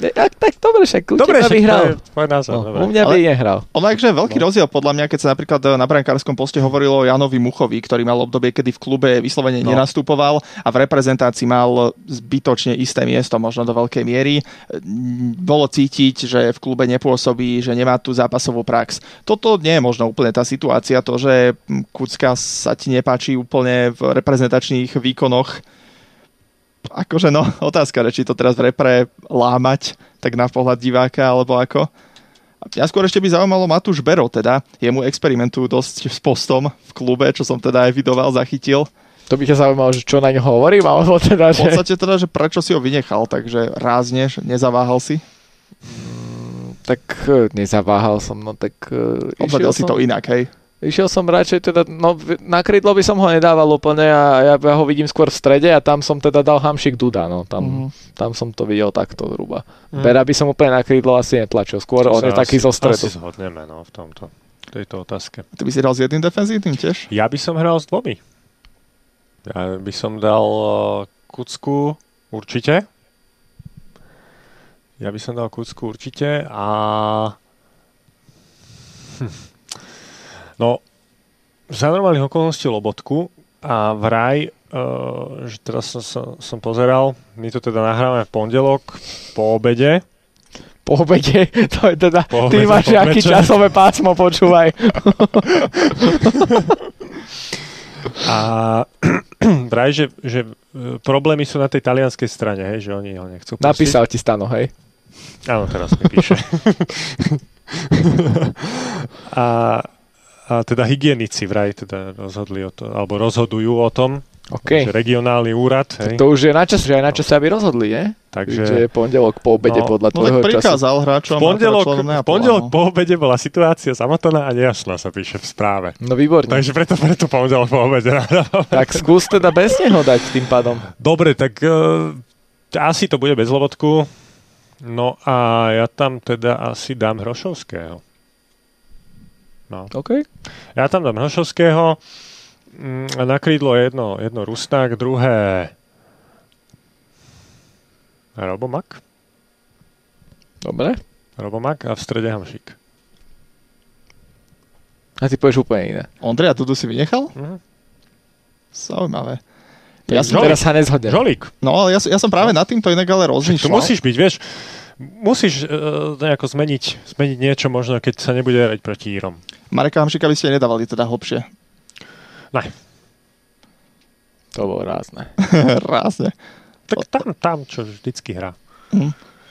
Ne, Tak, tak dobre, však kuciak
Dobre, však to
vyhral.
je tvoj názor.
No,
dobre.
u mňa by
Ale-
nehral.
Ono je veľký rozdiel podľa mňa, keď sa napríklad e, na brankárskom poste hovorilo o Janovi Muchovi, ktorý mal obdobie, kedy v klube vyslovene
No.
nenastupoval a v reprezentácii mal eh, zbytočne isté miesto, možno do veľkej miery. E, m, Bolo cítiť, že v klube nepôsobí, že nemá tú zápasovú prax. Toto nie je možno úplne tá situácia, to, že m, Kucka sa ti nepáči úplne v reprezentačných výkonoch. Akože no, otázka, že či to teraz v repre lámať, tak na pohľad diváka, alebo ako. Ja skôr ešte by zaujímalo Matúš Bero, teda jemu experimentujú dosť s postom v klube, čo som teda aj vydoval, zachytil.
To by ťa zaujímalo, že čo na ňo hovorím, alebo teda, že...
V podstate teda, že prečo si ho vynechal, takže rázne, že nezaváhal si.
Tak eh, nezaváhal som, no tak... eh,
Obsadil
išiel
si
som-
to inak, hej.
Išiel som radšej teda, no v- na krydlo by som ho nedával úplne a ja, ja ho vidím skôr v strede a tam som teda dal hamšik Duda, no tam,
Mhm.
mm-hmm. tam som to videl takto zhruba. Mm. Bera by som úplne na krydlo asi netlačil, skôr
To
on
sa
je taký
Hm. asi-
zo
Asi
stredu.
zhodneme no, v tomto, v tejto otázke.
Ty by si hral s jedným defenzívnym tiež?
Ja by som hral s dvomi. Ja by som dal eh, Kucku určite. Ja by som dal Kucku určite a... Hm. No, za normálnych okolností Lobotku a vraj, eh, že teraz som, som, som pozeral, my to teda nahrávame v pondelok po obede.
Po obede, to je teda,
Po
ty
obede,
máš
po
aký
večeri.
časové pásmo, počúvaj.
A vraj, že, že e, problémy sú na tej talianskej strane, hej, že oni ho nechcú pustiť.
Napísal ti Stano, hej.
Áno, teraz mi píše. a, a teda hygienici vraj teda rozhodli o to, alebo rozhodujú o tom, že
OK,
regionálny úrad,
tak
hej,
to už je na čas, že aj na čase, aby rozhodli, nie? Takže... Že
takže...
je pondelok po obede
No,
podľa
No tak
tvojho času.
prikázal hráčom.
V
a teda
pondelok,
členom
v
Neapolu,
pondelok
áno.
po obede bola situácia samotná a nejasná, sa píše v správe.
No výborne.
Takže preto, preto pondelok po obede.
Tak skús teda bez neho dať tým pádom.
Dobre, tak uh, asi to bude bez lobotku. No a ja tam teda asi dám Hrošovského.
OK.
Ja tam dám Hrošovského. Mm, a Na krídlo je jedno, jedno Rusnák, druhé Robomak.
Dobre.
Robomak a v strede Hamšík.
A ty povieš úplne iné.
Ondreja Dudu si vynechal?
Mhm.
Zaujímavé.
Ja
Ja
som
som-
teraz sa nezhodnem.
Žolík,
No ale ja, som- ja som práve nad týmto inak ale
tu
rozmýšľal.
musíš byť, vieš, musíš uh, nejako zmeniť, zmeniť niečo možno, keď sa nebude hrať proti Írom.
Mareka Hamšika by ste nedávali teda hlbšie.
To bolo rázne.
Rázne.
Tak tam, tam, čo vždycky hrá.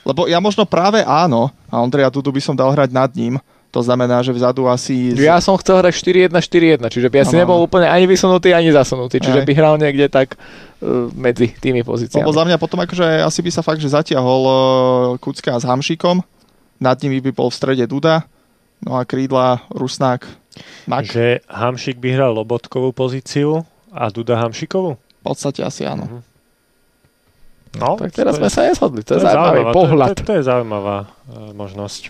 Lebo ja možno práve áno, a Ondreja Dudu by som dal hrať nad ním. To znamená, že vzadu asi... z-
Ja som chcel hrať 4-1, 4-1, čiže by asi
Áno,
nebol úplne ani vysunutý, ani zasunutý, čiže
Aj.
by hral niekde tak eh, medzi tými pozíciami.
Lebo za mňa potom akože asi by sa fakt, že zatiahol eh, Kucka s Hamšikom, nad nimi by bol v strede Duda, no a krídla Rusnák, Mak.
Že Hamšík by hral Lobotkovú pozíciu a Duda Hamšíkovú?
V podstate asi áno.
Mhm. No,
Tak teraz
to
sme
je-
sa nezhodli,
to
to je zaujímavý
zaujímavá-
pohľad.
To, to, to je zaujímavá e, možnosť.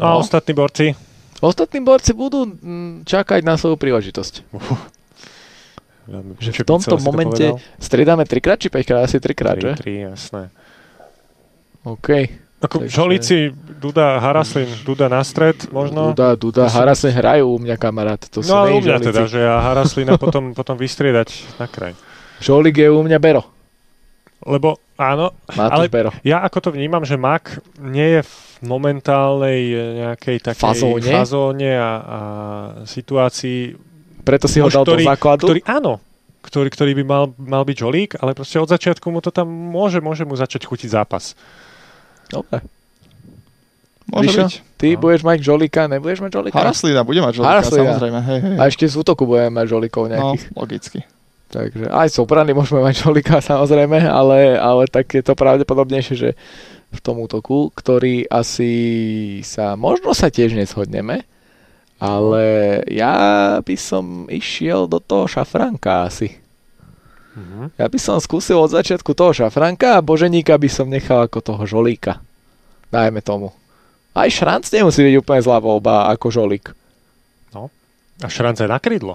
No, a
No.
ostatní borci?
Ostatní borci budú mm, čakať na svoju príležitosť.
Veľmi
Že v
pekne
tomto
si to
momente
povedal.
Striedáme 3 krát či 5 krát, asi 3 krát,
Tri,
že?
tri, jasné.
OK.
Ako
Takže-
Žolici, Duda, Haraslin, Duda na stred možno.
Duda,
To
Duda,
sú-
Hara sa hrajú u mňa kamarát, to sú
No ale u mňa
nejžolici.
teda, že ja Haraslina potom, potom vystriedať na kraj.
Žolík je u mňa Bero,
Lebo áno,
Matúš
Ale-
Bero.
ja ako to vnímam, že Mak nie je v momentálnej e, nejakej takej
Fazóne?
fazóne a, a situácii,
Preto si ho
Už
dal do základu.
ktorý áno, ktorý, ktorý by mal, mal byť žolík, ale proste od začiatku mu to tam môže, môže mu začať chutiť zápas.
Dobre.
Môže
Ríšo?
byť.
Ty
No.
budeš mať žolíka, nebudeš mať žolíka?
Haraslina bude mať žolíka,
Haraslina.
samozrejme. Hej, hej.
A ešte z útoku budeme mať žolíkov
No,
nejakých.
logicky.
Mhm. Takže aj z obrany môžeme mať žolíka samozrejme, ale, ale tak je to pravdepodobnejšie, že v tom útoku, ktorý asi sa, možno sa tiež neshodneme, ale ja by som išiel do toho šafranka asi.
Mhm.
Ja by som skúsil od začiatku toho šafranka a boženíka by som nechal ako toho žolíka. Dajme tomu. Aj šranc nemusí byť úplne zlá voľba ako žolík.
A šranca je na krídlo.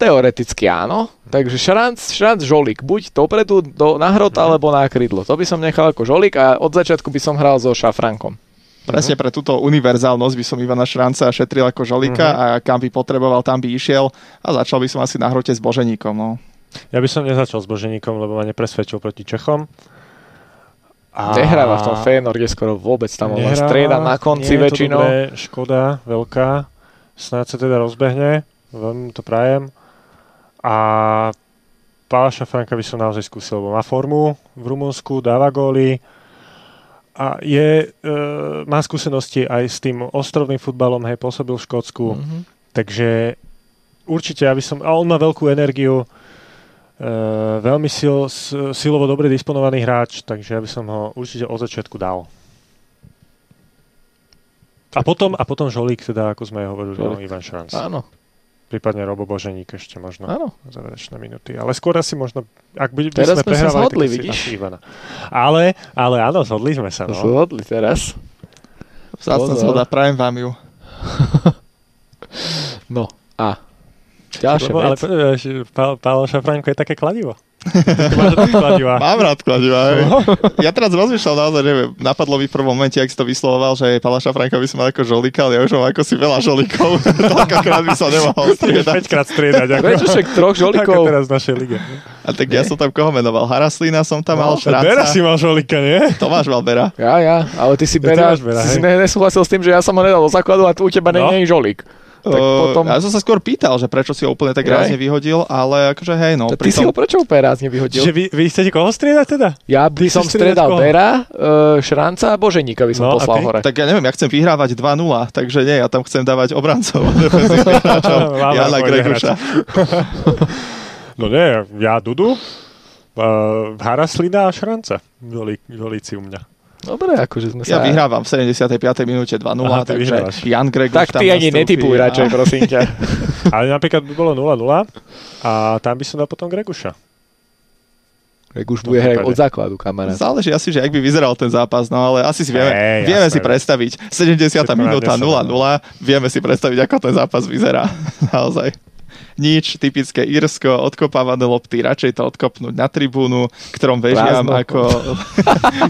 Teoreticky áno. Takže šranc, šranc, žolík. Buď dopredu do, na hrot,
Mhm.
alebo na krydlo. To by som nechal ako žolík a od začiatku by som hral so šafrankom.
Presne pre túto univerzálnosť by som Ivana Šranca šetril ako žolíka
Mhm.
a kam by potreboval, tam by išiel a začal by som asi na hrote s Boženíkom. No.
Ja by som nezačal s Boženíkom, lebo ma nepresvedčil proti Čechom.
A... Nehráva v tom Feyenoorde skoro vôbec. Tam on len
Nehráva,
strieda na
nie je
konci
to
väčšinou.
Dobré, škoda, veľká. Snáď sa teda rozbehne, veľmi mu to prajem. A Pála Šafranka by som naozaj skúsil, lebo má formu v Rumunsku, dáva góly a je, e, má skúsenosti aj s tým ostrovným futbalom, hej, pôsobil v Škótsku. Mm.
Mhm.
Takže určite, aby som... A on má veľkú energiu, e, veľmi sil, s- silovo dobre disponovaný hráč, takže ja by som ho určite od začiatku dal. A potom, a potom Žolík, teda, ako sme hovorili, no,
Žolík.
Ivan Šranc.
Áno,
Prípadne Robo Boženík ešte možno
áno.
záverečné minúty. Ale skôr asi možno, ak bude, by sme
Teraz sme sa
prehrávali, tak
zhodli,
asi-
vidíš?
asi Ivana. Ale, ale áno, zhodli sme sa.
To
No.
sa zhodli teraz. Pozor.
Vzácna zhoda, prajem vám ju.
No a ďalšia
Lebo, ale
vec.
e, že Pa- Paolo Šafranko je také kladivo. Ty máš rád kladivá.
Mám rád kladiva. hej.
No.
Ja teraz rozmýšľam naozaj, že napadlo mi v prvom momente, ak si to vyslovoval, že Palaša Franka by som mal ako žolíka, ale ja už mám ako si veľa žolíkov. Toľkokrát by som nemohol
Ideš
striedať.
5 krát striedať. Ako,
Prečo však
Ako
troch žolíkov?
teraz v našej lige.
A tak ja som tam koho menoval? Haraslína som tam
No,
mal,
Bera si
Šranca.
mal žolika, nie?
Tomáš Valbera.
Ja, ja, ale ty si
Ja, ty
bera,
máš Bera, hej.
si ne, nesúhlasil s tým, že ja som ho nedal do základu a tu u teba
No.
nie je žolík. Tak potom-
Ja som sa skôr pýtal, že prečo si ho úplne tak
Jaj.
rázne vyhodil, ale akože hej,
A
no.
Ty si ho prečo úplne rázne vyhodil?
Čiže vy, vy chcete koho striedať teda?
Ja by
Ty
som
chceš striedať
stredal
koho?
Bera, e, Šranca a Boženíka by som
No, a
poslal
ty?
hore.
Tak ja neviem, ja chcem vyhrávať 2-0, takže nie, ja tam chcem dávať obrancov, defenzívnych hráčov,
Máme
Jana
pôjde
Greguša.
No nie, ja Dudu, uh, Haraslina a Šranca. Žolí, žolíci u mňa.
Dobre, akože sme
Ja
sa...
vyhrávam v 75. minúte 2-0,
Aha, ty
takže
vyhrávaš.
Jan Greguš
Tak
tam
ty ani
nastúpi
netipuj
a-
radšej, prosím ťa.
Ale napríklad by bolo 0-0 a tam by som dal potom Greguša.
Greg už
bude
bude
hrať
hrať
od
od základu, kamarát.
Záleží asi, že ak by vyzeral ten zápas, no ale asi si vieme,
Hej,
vieme
jasné.
si predstaviť 70.
Všetko
minúta
nájde sa.
0-0, vieme si predstaviť, ako ten zápas vyzerá. Naozaj. Nič, typické Írsko, odkopávané lopty, radšej to odkopnúť na tribúnu, ktorom vežiam,
Prázdno.
ako,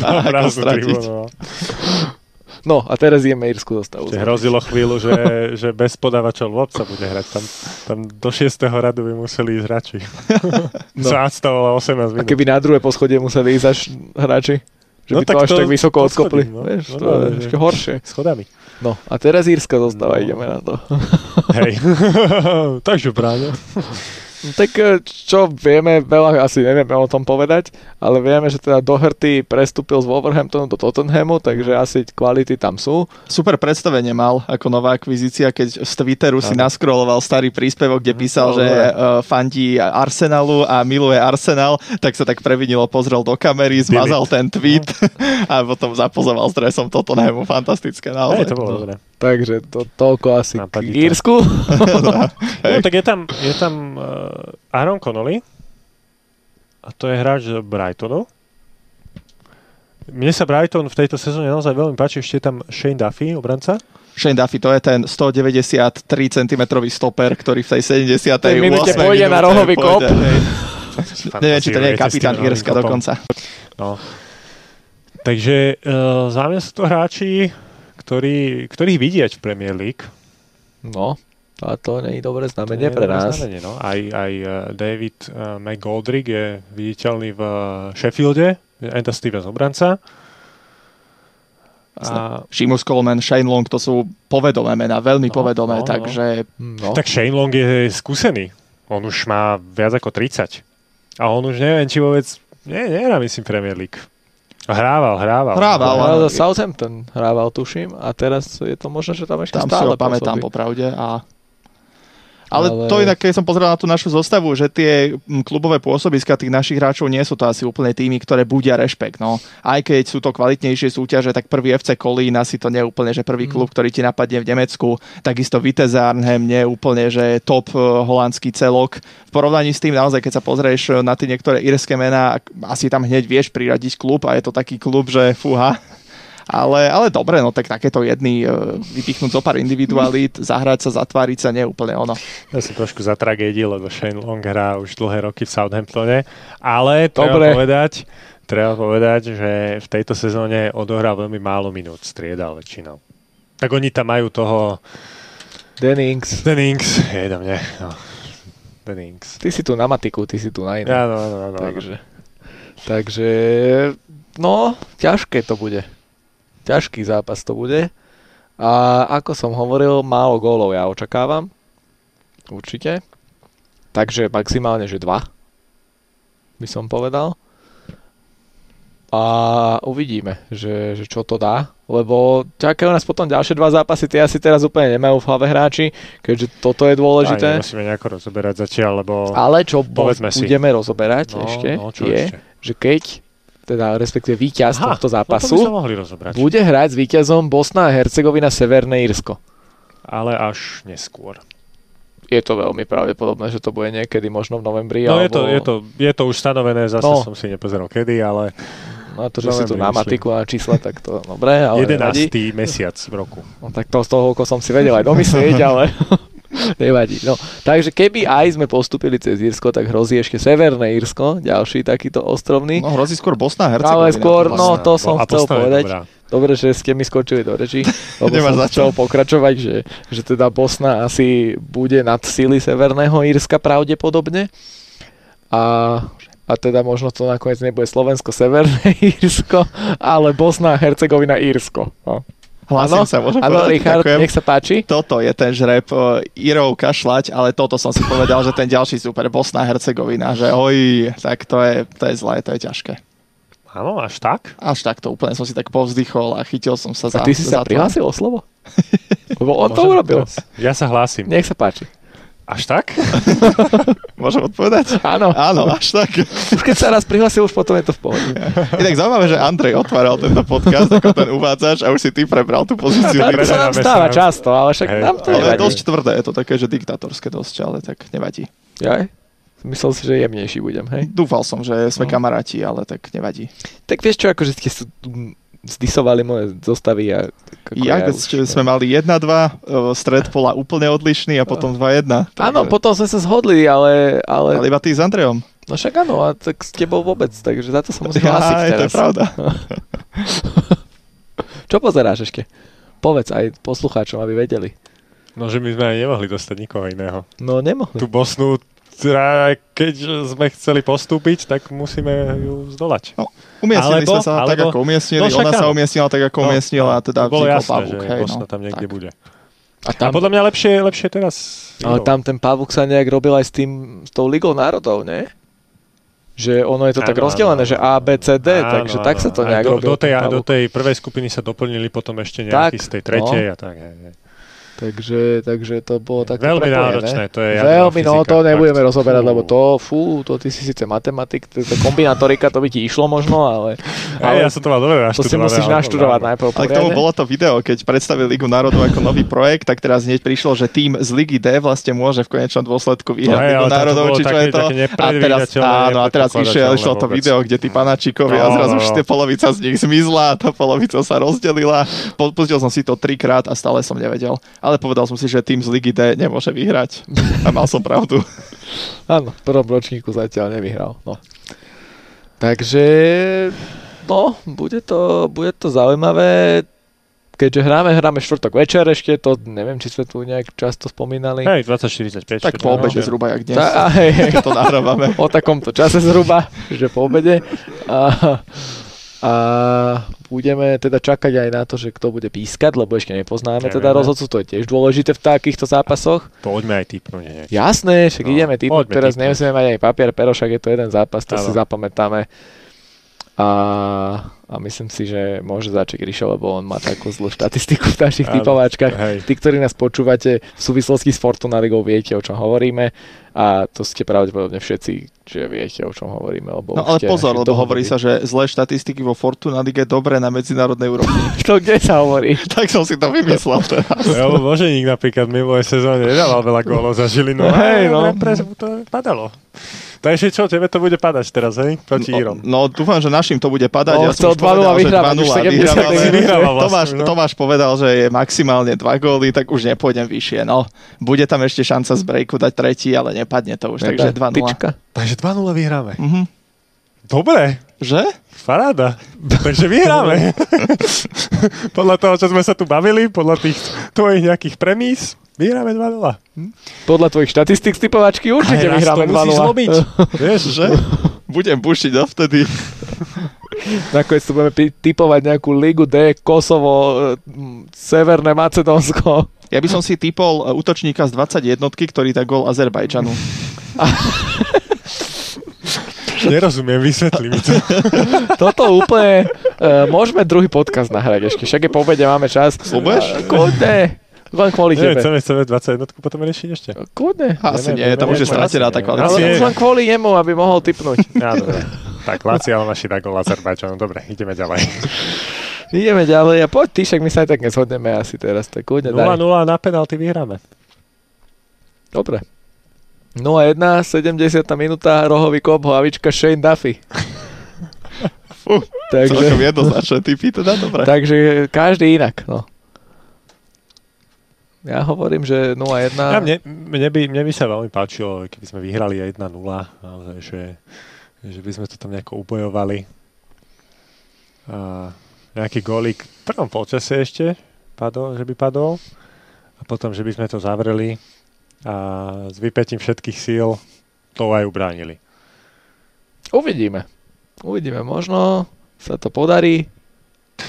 ako
Prázdnu
stratiť.
tribúnu, no.
No a teraz ideme Írsku zostavu.
Ešte Hrozilo chvíľu, že, že bez podávača Lvob sa bude hrať. Tam, tam do 6. radu by museli ísť hráči. No.
No.
Zástavola 18
A
minút.
keby na druhé poschodie museli ísť až hráči, že
No
by to
tak
až
to-
tak vysoko
to
odskopli.
schodím, no.
Vieš,
No,
to je
že-
ešte horšie.
Schodami.
No a teraz Írska
No.
zostava, ideme na to.
Hej. Takže bráňo.
No, tak e, čo vieme, veľa asi nevieme o tom povedať, ale vieme, že teda Doherty prestúpil z Wolverhamptonu do Tottenhamu, takže asi kvality tam sú.
Super predstavenie mal ako nová akvizícia, keď z Twitteru si
Áno.
naskroloval starý príspevok, kde písal, že
dobre.
uh, fandí Arsenalu a miluje Arsenal, tak sa tak previnilo, pozrel do kamery, zmazal ten tweet a potom zapozoval s dresom toto najmu. Fantastické,
Hej,
naozaj.
to bolo
no.
dobré.
Takže to, toľko asi k
Napadí to.
Írsku.
No tak je tam, je tam uh, Aaron Connolly a to je hráč z Brightonu. Mne sa Brighton v tejto sezóne naozaj veľmi páči. Ešte je tam Shane Duffy, obranca.
Shane Duffy, to je ten 193 cm stoper, ktorý v tej 70.
Tej minúte pôjde na rohový kop.
Neviem, či to nie je kapitán Írska dokonca.
No. Takže uh, za mňa sú to hráči, ktorí, ktorých vidieť v Premier League.
No, a to nie je dobré
To
znamenie
je
pre
dobré
nás.
znamenie, no. Aj, aj eh, David eh, McGoldrick je viditeľný v eh, Sheffielde, Enda Stevens obranca. A,
Seamus Coleman, Shane Long, to sú povedomé mená, veľmi
No, no,
povedomé,
no.
takže
No,
tak Shane Long je skúsený. On už má viac ako 30. A on už neviem, či vôbec... Nie, nehrá, myslím, Premier League. Hrával, hrával.
Hrával,
Ale-
áno.
ale za Southampton hrával, tuším, a teraz je to možno, že tam ešte
tam si
stále
ho pamätám
pôsobí.
popravde. A... Ale,
Ale-
to inak, keď som pozeral na tú našu zostavu, že tie mm, klubové pôsobiska tých našich hráčov nie sú to asi úplne týmy, ktoré budia rešpekt. No. Aj keď sú to kvalitnejšie súťaže, tak prvý FC Kolín asi to nie je úplne, že prvý
Mm.
klub, ktorý ti napadne v Nemecku. Takisto Vitesse Arnhem nie je úplne, že top e, holandský celok. V porovnaní s tým naozaj, keď sa pozrieš e, na tie niektoré írske mená, ak- asi tam hneď vieš priradiť klub a je to taký klub, že fúha. Ale, ale dobre, no tak takéto jedný uh, vypichnúť zo pár individualít, zahrať sa, zatváriť sa, nie úplne ono.
Ja som trošku zatragédil, lebo Shane Long hrá už dlhé roky v Southamptone, ale treba
Dobre.
povedať, treba povedať, že v tejto sezóne odohrá veľmi málo minút, striedal väčšinou. Tak oni tam majú toho...
Danny Ings.
Ten Inks, je do mne. No. Ten Inks.
Ty si tu na matiku, ty si tu na iné.
Áno, áno, áno. áno.
Takže, takže, no, ťažké to bude. Ťažký zápas to bude. A ako som hovoril, málo gólov ja očakávam. Určite. Takže maximálne, že dva. By som povedal. A uvidíme, že, že čo to dá. Lebo čakajú nás potom ďalšie dva zápasy, tie asi teraz úplne nemajú v hlave hráči, keďže toto je
Aj,
dôležité.
nemusíme nejako rozoberať zatiaľ, lebo...
Ale čo
Povedzme no. si.
budeme rozoberať ešte,
no, čo
je,
ešte?
že keď, teda respektíve víťaz
Aha, No, to by
tohto
sa
zápasu,
mohli rozobrať,
bude hrať s víťazom Bosna a Hercegovina Severné Írsko.
ale až neskôr.
Je to veľmi pravdepodobné, že to bude niekedy možno v novembri.
No
alebo...
je to, je, to, je to už stanovené, zase
No.
som si nepozeral kedy, ale
No to, že si tu
novembri,
na
myslím.
matiku a čísla, tak to no, dobre, ale 11.
11. mesiac v roku.
No, tak to z toho, ako som si vedel aj domyslieť, ale nevadí. No, takže keby aj sme postupili cez Írsko, tak hrozí ešte Severné Írsko, ďalší takýto ostrovný.
No hrozí skôr Bosna a Hercegovina.
Ale skôr,
to
no
vlastne.
to som
A
chcel
postava je
povedať.
dobrá.
Dobre, že ste mi skočili do reči, lebo
Nemáš za
som
čo.
chcel pokračovať, že, že teda Bosna asi bude nad síly Severného Írska pravdepodobne. A, a teda možno to nakoniec nebude Slovensko, Severné Írsko, ale Bosna a Hercegovina Írsko. No.
Hlásim
Áno?
sa, môžem
Áno,
povedať?
Richard,
Ďakujem.
nech sa páči.
Toto je ten žreb uh, Irov kašľať, ale toto som si povedal, že ten ďalší super, Bosna a Hercegovina, že oj, tak to je, to je zlé, to je ťažké.
Áno, až tak?
Až takto úplne som si tak povzdychol a chytil som sa
A
za
ty si sa
za tvár.
prihlásil o slovo? Lebo on to
Môžem
urobil.
teraz? Ja sa hlásim.
Nech sa páči.
Až tak?
Môžem odpovedať?
Áno,
Áno, až tak.
už keď sa raz prihlásil, už potom je to v pohode.
Inak zaujímavé, že Andrej otváral tento podcast, ako ten uvádzaš a už si ty prebral tú pozíciu.
Tak,
To sa nám
Preberáme
stáva
sa.
často, ale však
Hej,
nám to
no. Ale
nevadí.
dosť tvrdé je to také, že diktatorské dosť, ale tak nevadí.
Jaj? Myslel si, že jemnejší budem, hej?
Dúfal som, že sme
No.
kamaráti, ale tak nevadí.
Tak vieš čo, akože ste sú, zdisovali moje zostavy a... Ako no.
Ja, keď ste- sme mali 1-2, e, stred bola úplne odlišný a potom 2-1.
Áno,
takže-
potom sme sa zhodli, ale, ale,
ale iba ty s Andrejom.
No však áno, a tak s tebou vôbec, takže za to sa musím hlásiť
Aj, to je
teraz.
pravda.
Čo pozeráš ešte? Povedz aj poslucháčom, aby vedeli.
No, že my sme aj nemohli dostať nikoho iného.
No nemohli.
Tu Bosnu, teda, keď sme chceli postúpiť, tak musíme ju zdolať.
Umiestnili
Alebo-
sme sa tak,
alebo-
ako umiestnili.
no však
Ona sa
áno. No,
umiestnila tak, ako umiestnila a teda
bolo
vznikol
jasné,
pavúk.
že
hej,
Bosna
no.
tam niekde
Tak.
bude.
A
A
tam,
podľa mňa lepšie, lepšie teraz.
ale tam ten Pavuk sa nejak robil aj s tým, s tou Ligou národov, nie? Že ono je to tak
Áno,
rozdelené,
áno,
že A, B, C, D, takže tak sa to
Aj
nejak
do,
robil.
do, tej,
ten
do
Pavúk.
tej prvej skupiny sa doplnili potom ešte nejaký
Tak,
z tej tretej a tak. Hej, hej.
Takže, takže to bolo také
Veľmi
prepojené.
náročné, to je jadrová
Veľmi, no
fyzika,
to
fakt.
nebudeme rozoberať,
Fú.
lebo to, fú, to ty si síce matematik, to, to kombinatorika, to by ti išlo možno, ale,
Hej,
ale
ja som to mal dobre
to si
naštudované,
musíš
ale-
naštudovať najprv.
Ale k tomu
poriadne.
bolo to video, keď predstavili Ligu národov ako nový projekt, tak teraz hneď prišlo, že tým z Ligy D vlastne môže v konečnom dôsledku vyhrať
No hej,
Ligu
ale tam to
národov,
bolo
či čo
také-
je to.
také
A teraz,
nepredvídateľné,
áno, a teraz
nepredpokladateľné
išiel, išlo to
vôbec.
video, kde tí panačíkovi a
No,
zrazu
no,
už
no.
tie polovica z nich zmizla, tá polovica sa rozdelila. Po- Pustil som si to trikrát a stále som nevedel. Ale povedal som si, že tým z Ligy D nemôže vyhrať. A mal som pravdu.
Áno, v prvom ročníku zatiaľ nevyhral. No. Takže No, bude to, bude to zaujímavé. Keďže hráme, hráme štvrtok večer ešte, to neviem, či sme tu nejak často spomínali.
Hej, 2045.
Tak po
no.
obede zhruba, jak dnes.
Tá, hej,
to nahrávame.
o takomto čase zhruba, že po obede. A, a budeme teda čakať aj na to, že kto bude pískať, lebo ešte nepoznáme teda
Nevieme.
rozhodcu, to je tiež dôležité v takýchto zápasoch.
Poďme aj no, typnúť. hneď.
Jasné, však
No,
no, ideme typnúť,
poďme
teraz
typnúť.
nemusíme mať aj papier, pero však je to jeden zápas, to
Áno.
si zapamätáme. A, a myslím si, že môže začať Ríšo, lebo on má takú zlú štatistiku v našich
Áno,
typováčkach.
hej.
Tí, ktorí nás počúvate v súvislosti s Fortuna Ligou, viete, o čom hovoríme a to ste pravdepodobne všetci, že viete, o čom hovoríme. Lebo
No
už
ale
ste-
pozor,
že
lebo
to
hovorí sa, že zlé štatistiky vo Fortuna Lige dobré na medzinárodnej úrovni.
To kde sa hovorí?
tak som si to vymyslel teraz.
Lebo Boženík napríklad v minulej sezóne nedával veľa gólov za Žilinu.
No, hej,
Ale
no.
Pre, pre, to padalo. Takže čo, tebe to bude padať teraz, hej? Proti Írom.
No, no dúfam, že našim to bude padať.
No,
ja som
chcel
už
2:0
povedal, že
vyhrávať, už 70
2:0 vyhrávame.
minút. Vyhráva vlastne,
Tomáš,
no.
Tomáš povedal, že je maximálne dva góly, tak už nepôjdem vyššie. No, bude tam ešte šanca z breaku dať tretí, ale nepadne to už, takže 2-0.
Tyčka.
Takže 2-0 vyhráme.
Mhm.
Dobre,
Že?
Paráda. Takže vyhráme. podľa toho, čo sme sa tu bavili, podľa tých tvojich nejakých premís, vyhráme 2-0.
Podľa tvojich štatistik z typovačky určite
Aj raz
vyhráme
to musíš zlomiť.
2
Vieš,
Že? Budem bušiť dovtedy.
Nakoniec tu budeme pi- typovať nejakú Ligu D, Kosovo, e, m, Severné Macedónsko.
Ja by som si typol e, útočníka z 21, ktorý dá gól Azerbajčanu.
nerozumiem, vysvetlí mi to.
Toto úplne... Uh, môžeme druhý podcast nahrať ešte. Však je po obede, máme čas.
Slúbuješ?
Eh, Kľudne. Len kvôli
Neviem,
tebe.
chceme, chceme 21 potom riešiť ešte.
Kľudne.
Asi nie,
Neviem,
tam už je
neviem,
stratená
asi
tá
nie.
Ale
Asi
kvalifikácia.
je.
už len kvôli jemu, aby mohol typnúť.
Ja, dobre. Tak, Laci Almaši dá gol Azerbajdžanu. Dobre, ideme ďalej.
Ideme ďalej a poď ty, však my sa aj tak nezhodneme asi teraz. Tak kľudne,
0-0
daj.
na penalty vyhráme.
Dobre. 0-1, 70. minúta, rohový kop, hlavička Shane Duffy.
Fú,
Takže,
Celkom jednoznačné typy, teda dobre.
takže každý inak, no. Ja hovorím, že 0-1.
Ja, mne, mne, by, mne by sa veľmi páčilo, keby sme vyhrali aj 1-0, naozaj, že, že by sme to tam nejako ubojovali. A nejaký golík v prvom polčase ešte, padol, že by padol. A potom, že by sme to zavreli a s vypetím všetkých síl to aj ubránili.
Uvidíme. Uvidíme, možno sa to podarí.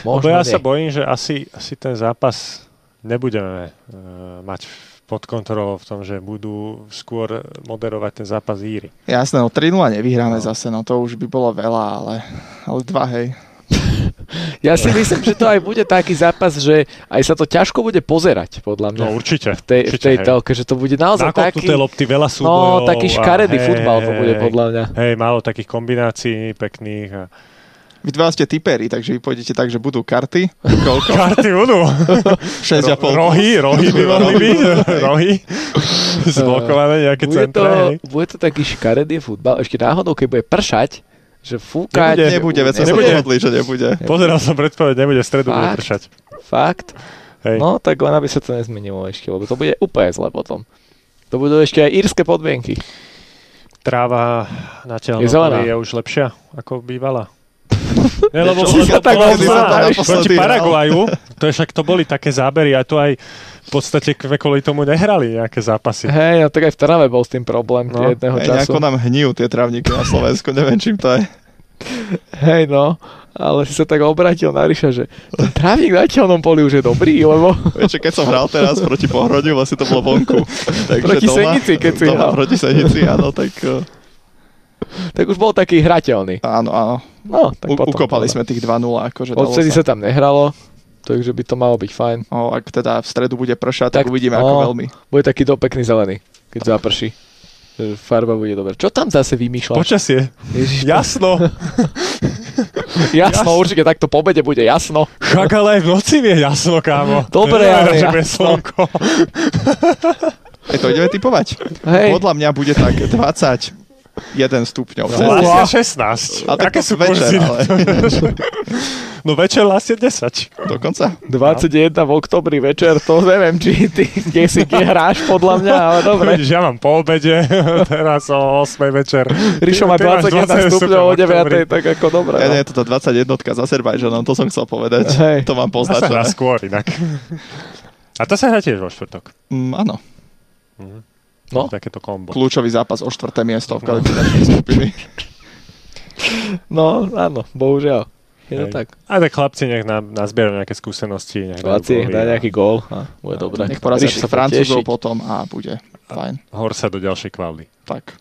Lebo
Možno
ja
nie.
sa bojím, že asi, asi ten zápas nebudeme e, mať pod kontrolou v tom, že budú skôr moderovať ten zápas Íry.
Jasné, no 3-0 nevyhráme
No.
zase, no to už by bolo veľa, ale, ale dva, hej.
ja si myslím, že to aj bude taký zápas, že aj sa to ťažko bude pozerať, podľa mňa.
No určite.
v tej, v
určite,
tej
hej.
telke, že to bude naozaj taký,
Nakopnuté lopty, veľa súbojov.
no, taký
a
škaredý
hej,
futbal to
hej,
bude podľa mňa.
Hej, málo takých kombinácií pekných. A...
Vy dva ste tiperi, takže vy pôjdete tak, že budú karty. Koľko?
Karty budú.
6,5.
rohy, rohy by mohli byť. rohy. Zblokované nejaké
Bude to,
centra. hej.
bude to taký škaredý futbal, ešte náhodou, keď bude pršať, že
Nebude.
fúkať.
Nebude, veď sme sa
Nebude.
dohodli, že nebude.
Pozeral som predpoveď, nebude v stredu bude
Fakt?
pršať.
Fakt.
Hej.
No, tak len aby sa to nezmenilo ešte, lebo to bude úplne zle potom. To budú ešte aj írske podmienky.
Tráva na
Je zelená.
Čelnokovi je už lepšia, ako bývala. Ne, lebo
Čo
bolo
sa
to
tak
bolo
kedy
zlá,
sa to
aj
naposledy
proti
hral?
Paraguaju, to je však to boli také zábery a to aj v podstate k- kvôli tomu nehrali nejaké zápasy.
Hej, no tak aj v Trnave bol s tým problém
No.
no, jedného
Hej,
času.
nejako nám hnijú tie trávniky na Slovensku, neviem čím to je.
Hej, no. Ale si sa tak obratil na Ríša, že ten trávnik na teľnom poli už je dobrý, lebo
Viete, keď som hral teraz proti Pohrodiu, vlastne to bolo vonku. Takže
Proti Senici, keď si
doma
hral.
proti Senici, áno, tak eh,
tak už bol taký hrateľný.
áno, áno.
No, tak
U,
potom,
ukopali sme tých 2-0, akože dalo
Odvtedy
sa.
sa tam nehralo, takže by to malo byť fajn.
O, ak teda v stredu bude pršať,
Tak,
tak,
no.
uvidíme, ako veľmi.
Bude taký do pekný zelený, keď zaprší. Že Farba bude dobrá. Čo tam zase vymýšľaš?
Počasie.
Ježiš,
Jasno.
jasno, určite takto po obede bude jasno.
Však ale aj v noci je jasno, kámo. To
Dobre,
neznamená,
ale
že bude
jasno.
slnko.
E, to ideme typovať.
Hej,
Podľa mňa bude tak 21 stupňov.
Vlastne
Wow.
16.
A tak
Aké sú
to večer,
kurzy?
ale.
No večer vlastne 10.
Dokonca.
21 v oktobri večer, to neviem, či ty kde si kde hráš podľa mňa, ale dobre.
Vidíš, ja mám po obede, teraz o 8 večer.
Rišo má
Ty- ty máš
21 stupňov o 9, tak ako dobre.
Ja
no.
nie, toto 21 s Azerbajžanom, to som chcel povedať.
Hej.
To mám
To sa hrá
poznačené.
skôr inak. A to sa hrá tiež vo štvrtok.
Mm, áno,
No.
Takéto kombo.
kľúčový zápas o štvrté miesto v kvalifikačnej skupiny.
No, áno, bohužiaľ. Je to
Hej.
tak.
A tak chlapci nech nám nazbierajú nejaké skúsenosti. Nech dajú
Laci,
góly
dá
a
nejaký gól a bude
A-
dobre.
Nech porazia
Rišo
tých
bude
Francúzov
tešiť.
potom a bude fajn.
Hor sa do ďalšej kvály.
Tak.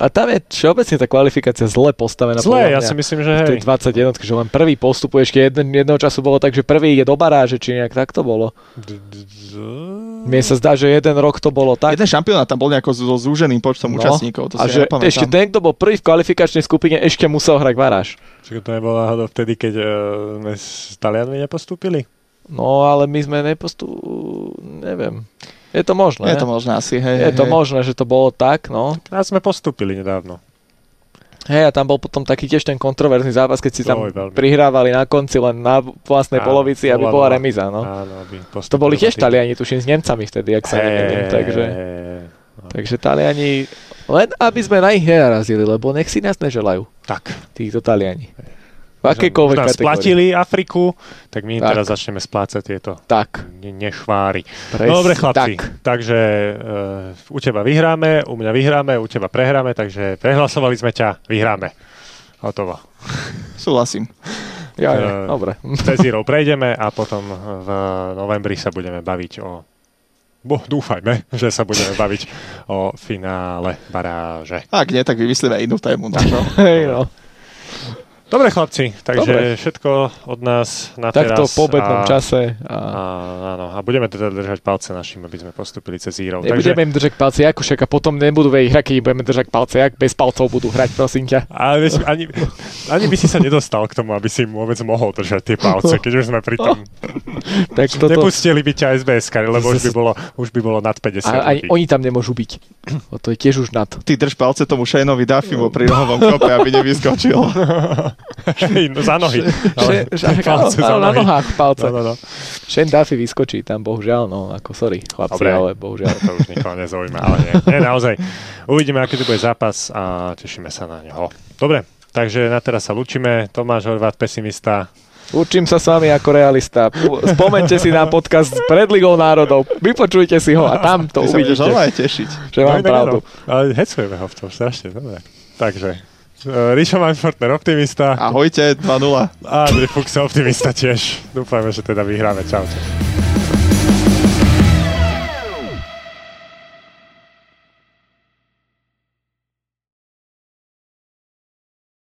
A tam je všeobecne tá kvalifikácia zle postavená. podľa
Zlé, ja
mňa.
si myslím, že
v
hej.
tej 21 že len prvý postupuješ, keď jeden, jedného času bolo tak, že prvý ide do baráže, či nejak tak to bolo.
D- d- d-
Mne sa zdá, že jeden rok to bolo tak.
Jeden šampionát tam bol nejako so zúženým počtom
No.
účastníkov, to
a
si
že
ja nepamätám.
ešte ten, kto bol prvý v kvalifikačnej skupine, ešte musel hrať baráž.
Čiže to nebola hodou vtedy, keď eh, sme s Talianmi nepostúpili?
No ale my sme nepostu... neviem. Je to možné.
Je to možné asi,
je
hej. hej,
to
hej.
možné, že to bolo tak, no.
A sme postúpili nedávno.
Hej, a tam bol potom taký tiež ten kontroverzný zápas, keď si
To
tam
je veľmi.
prihrávali na konci len na vlastnej
Áno,
polovici, aby
bola
bola
bola.
remiza, no.
Áno, aby
To boli tiež
postúpili.
Taliani, tuším, s Nemcami vtedy, ak sa nemýlim, takže...
Hej.
Takže Taliani, len aby sme na ich nenarazili, lebo nech si nás neželajú,
Tak.
títo Taliani. V
Už
akejkoľvek
nám
kategórii.
splatili Afriku, tak my im
Tak.
teraz začneme splácať tieto
Tak,
ne- nešvári.
presne.
Dobre chlapci,
Tak.
tak. takže e, u teba vyhráme, u mňa vyhráme, u teba prehráme, takže prehlasovali sme ťa, vyhráme. Hotovo.
Súhlasím.
Ja,
Eh,
ja, dobre.
Cez Hero prejdeme a potom v novembri sa budeme baviť o Bo, dúfajme, že sa budeme baviť o finále baráže.
Ak nie, tak vymyslíme inú tému. No, čo?
Hej, no.
Dobre chlapci,
Dobre.
takže Dobre. všetko od nás na
Takto
teraz.
po obednom
a-
čase.
A,
A...
áno, a budeme teda držať palce našim, aby sme postupili cez Hero. No, Takže,
Nebudeme im držať palce, ako však a potom nebudú ve ich hra, keď im budeme držať palce, ak bez palcov budú hrať, prosím ťa.
ale vieš, ani, ani by si sa nedostal k tomu, aby si im vôbec mohol držať tie palce, keď už sme pri tom.
Tak toto...
Nepustili by ťa SBS, lebo už by bolo, už by bolo nad 50
A,
ľudí.
ani oni tam nemôžu byť. O, to je tiež už nad.
Ty drž palce tomu Shaneovi Duffimu pri rohovom kope, aby nevyskočil.
Hej, no, za nohy. Ale-
Že- že-
palce za
áno, na
nohy.
nohách palce.
No, no, no.
Shane Duffy vyskočí tam, bohužiaľ, no ako sorry, chlapci,
Dobre.
ale bohužiaľ.
To už nikoho nezaujíma, ale nie. nie naozaj. Uvidíme, aký to bude zápas a tešíme sa na neho. Dobre, takže na teraz sa lučíme. Tomáš Horvát, pesimista.
Učím sa s vami ako realista. P- Spomente si na podcast pred Ligou národov, vypočujte si ho a tam to
Ty sa budeš
uvidíte,
ale aj tešiť.
že mám
inak
pravdu.
áno. Ale hecujeme ho v tom strašne, dobre. Takže, e, Rišo Manfortner, optimista.
Ahojte, 2-0.
A Andrej Fuchs, optimista tiež. Dúfajme, že teda vyhráme. Čaute.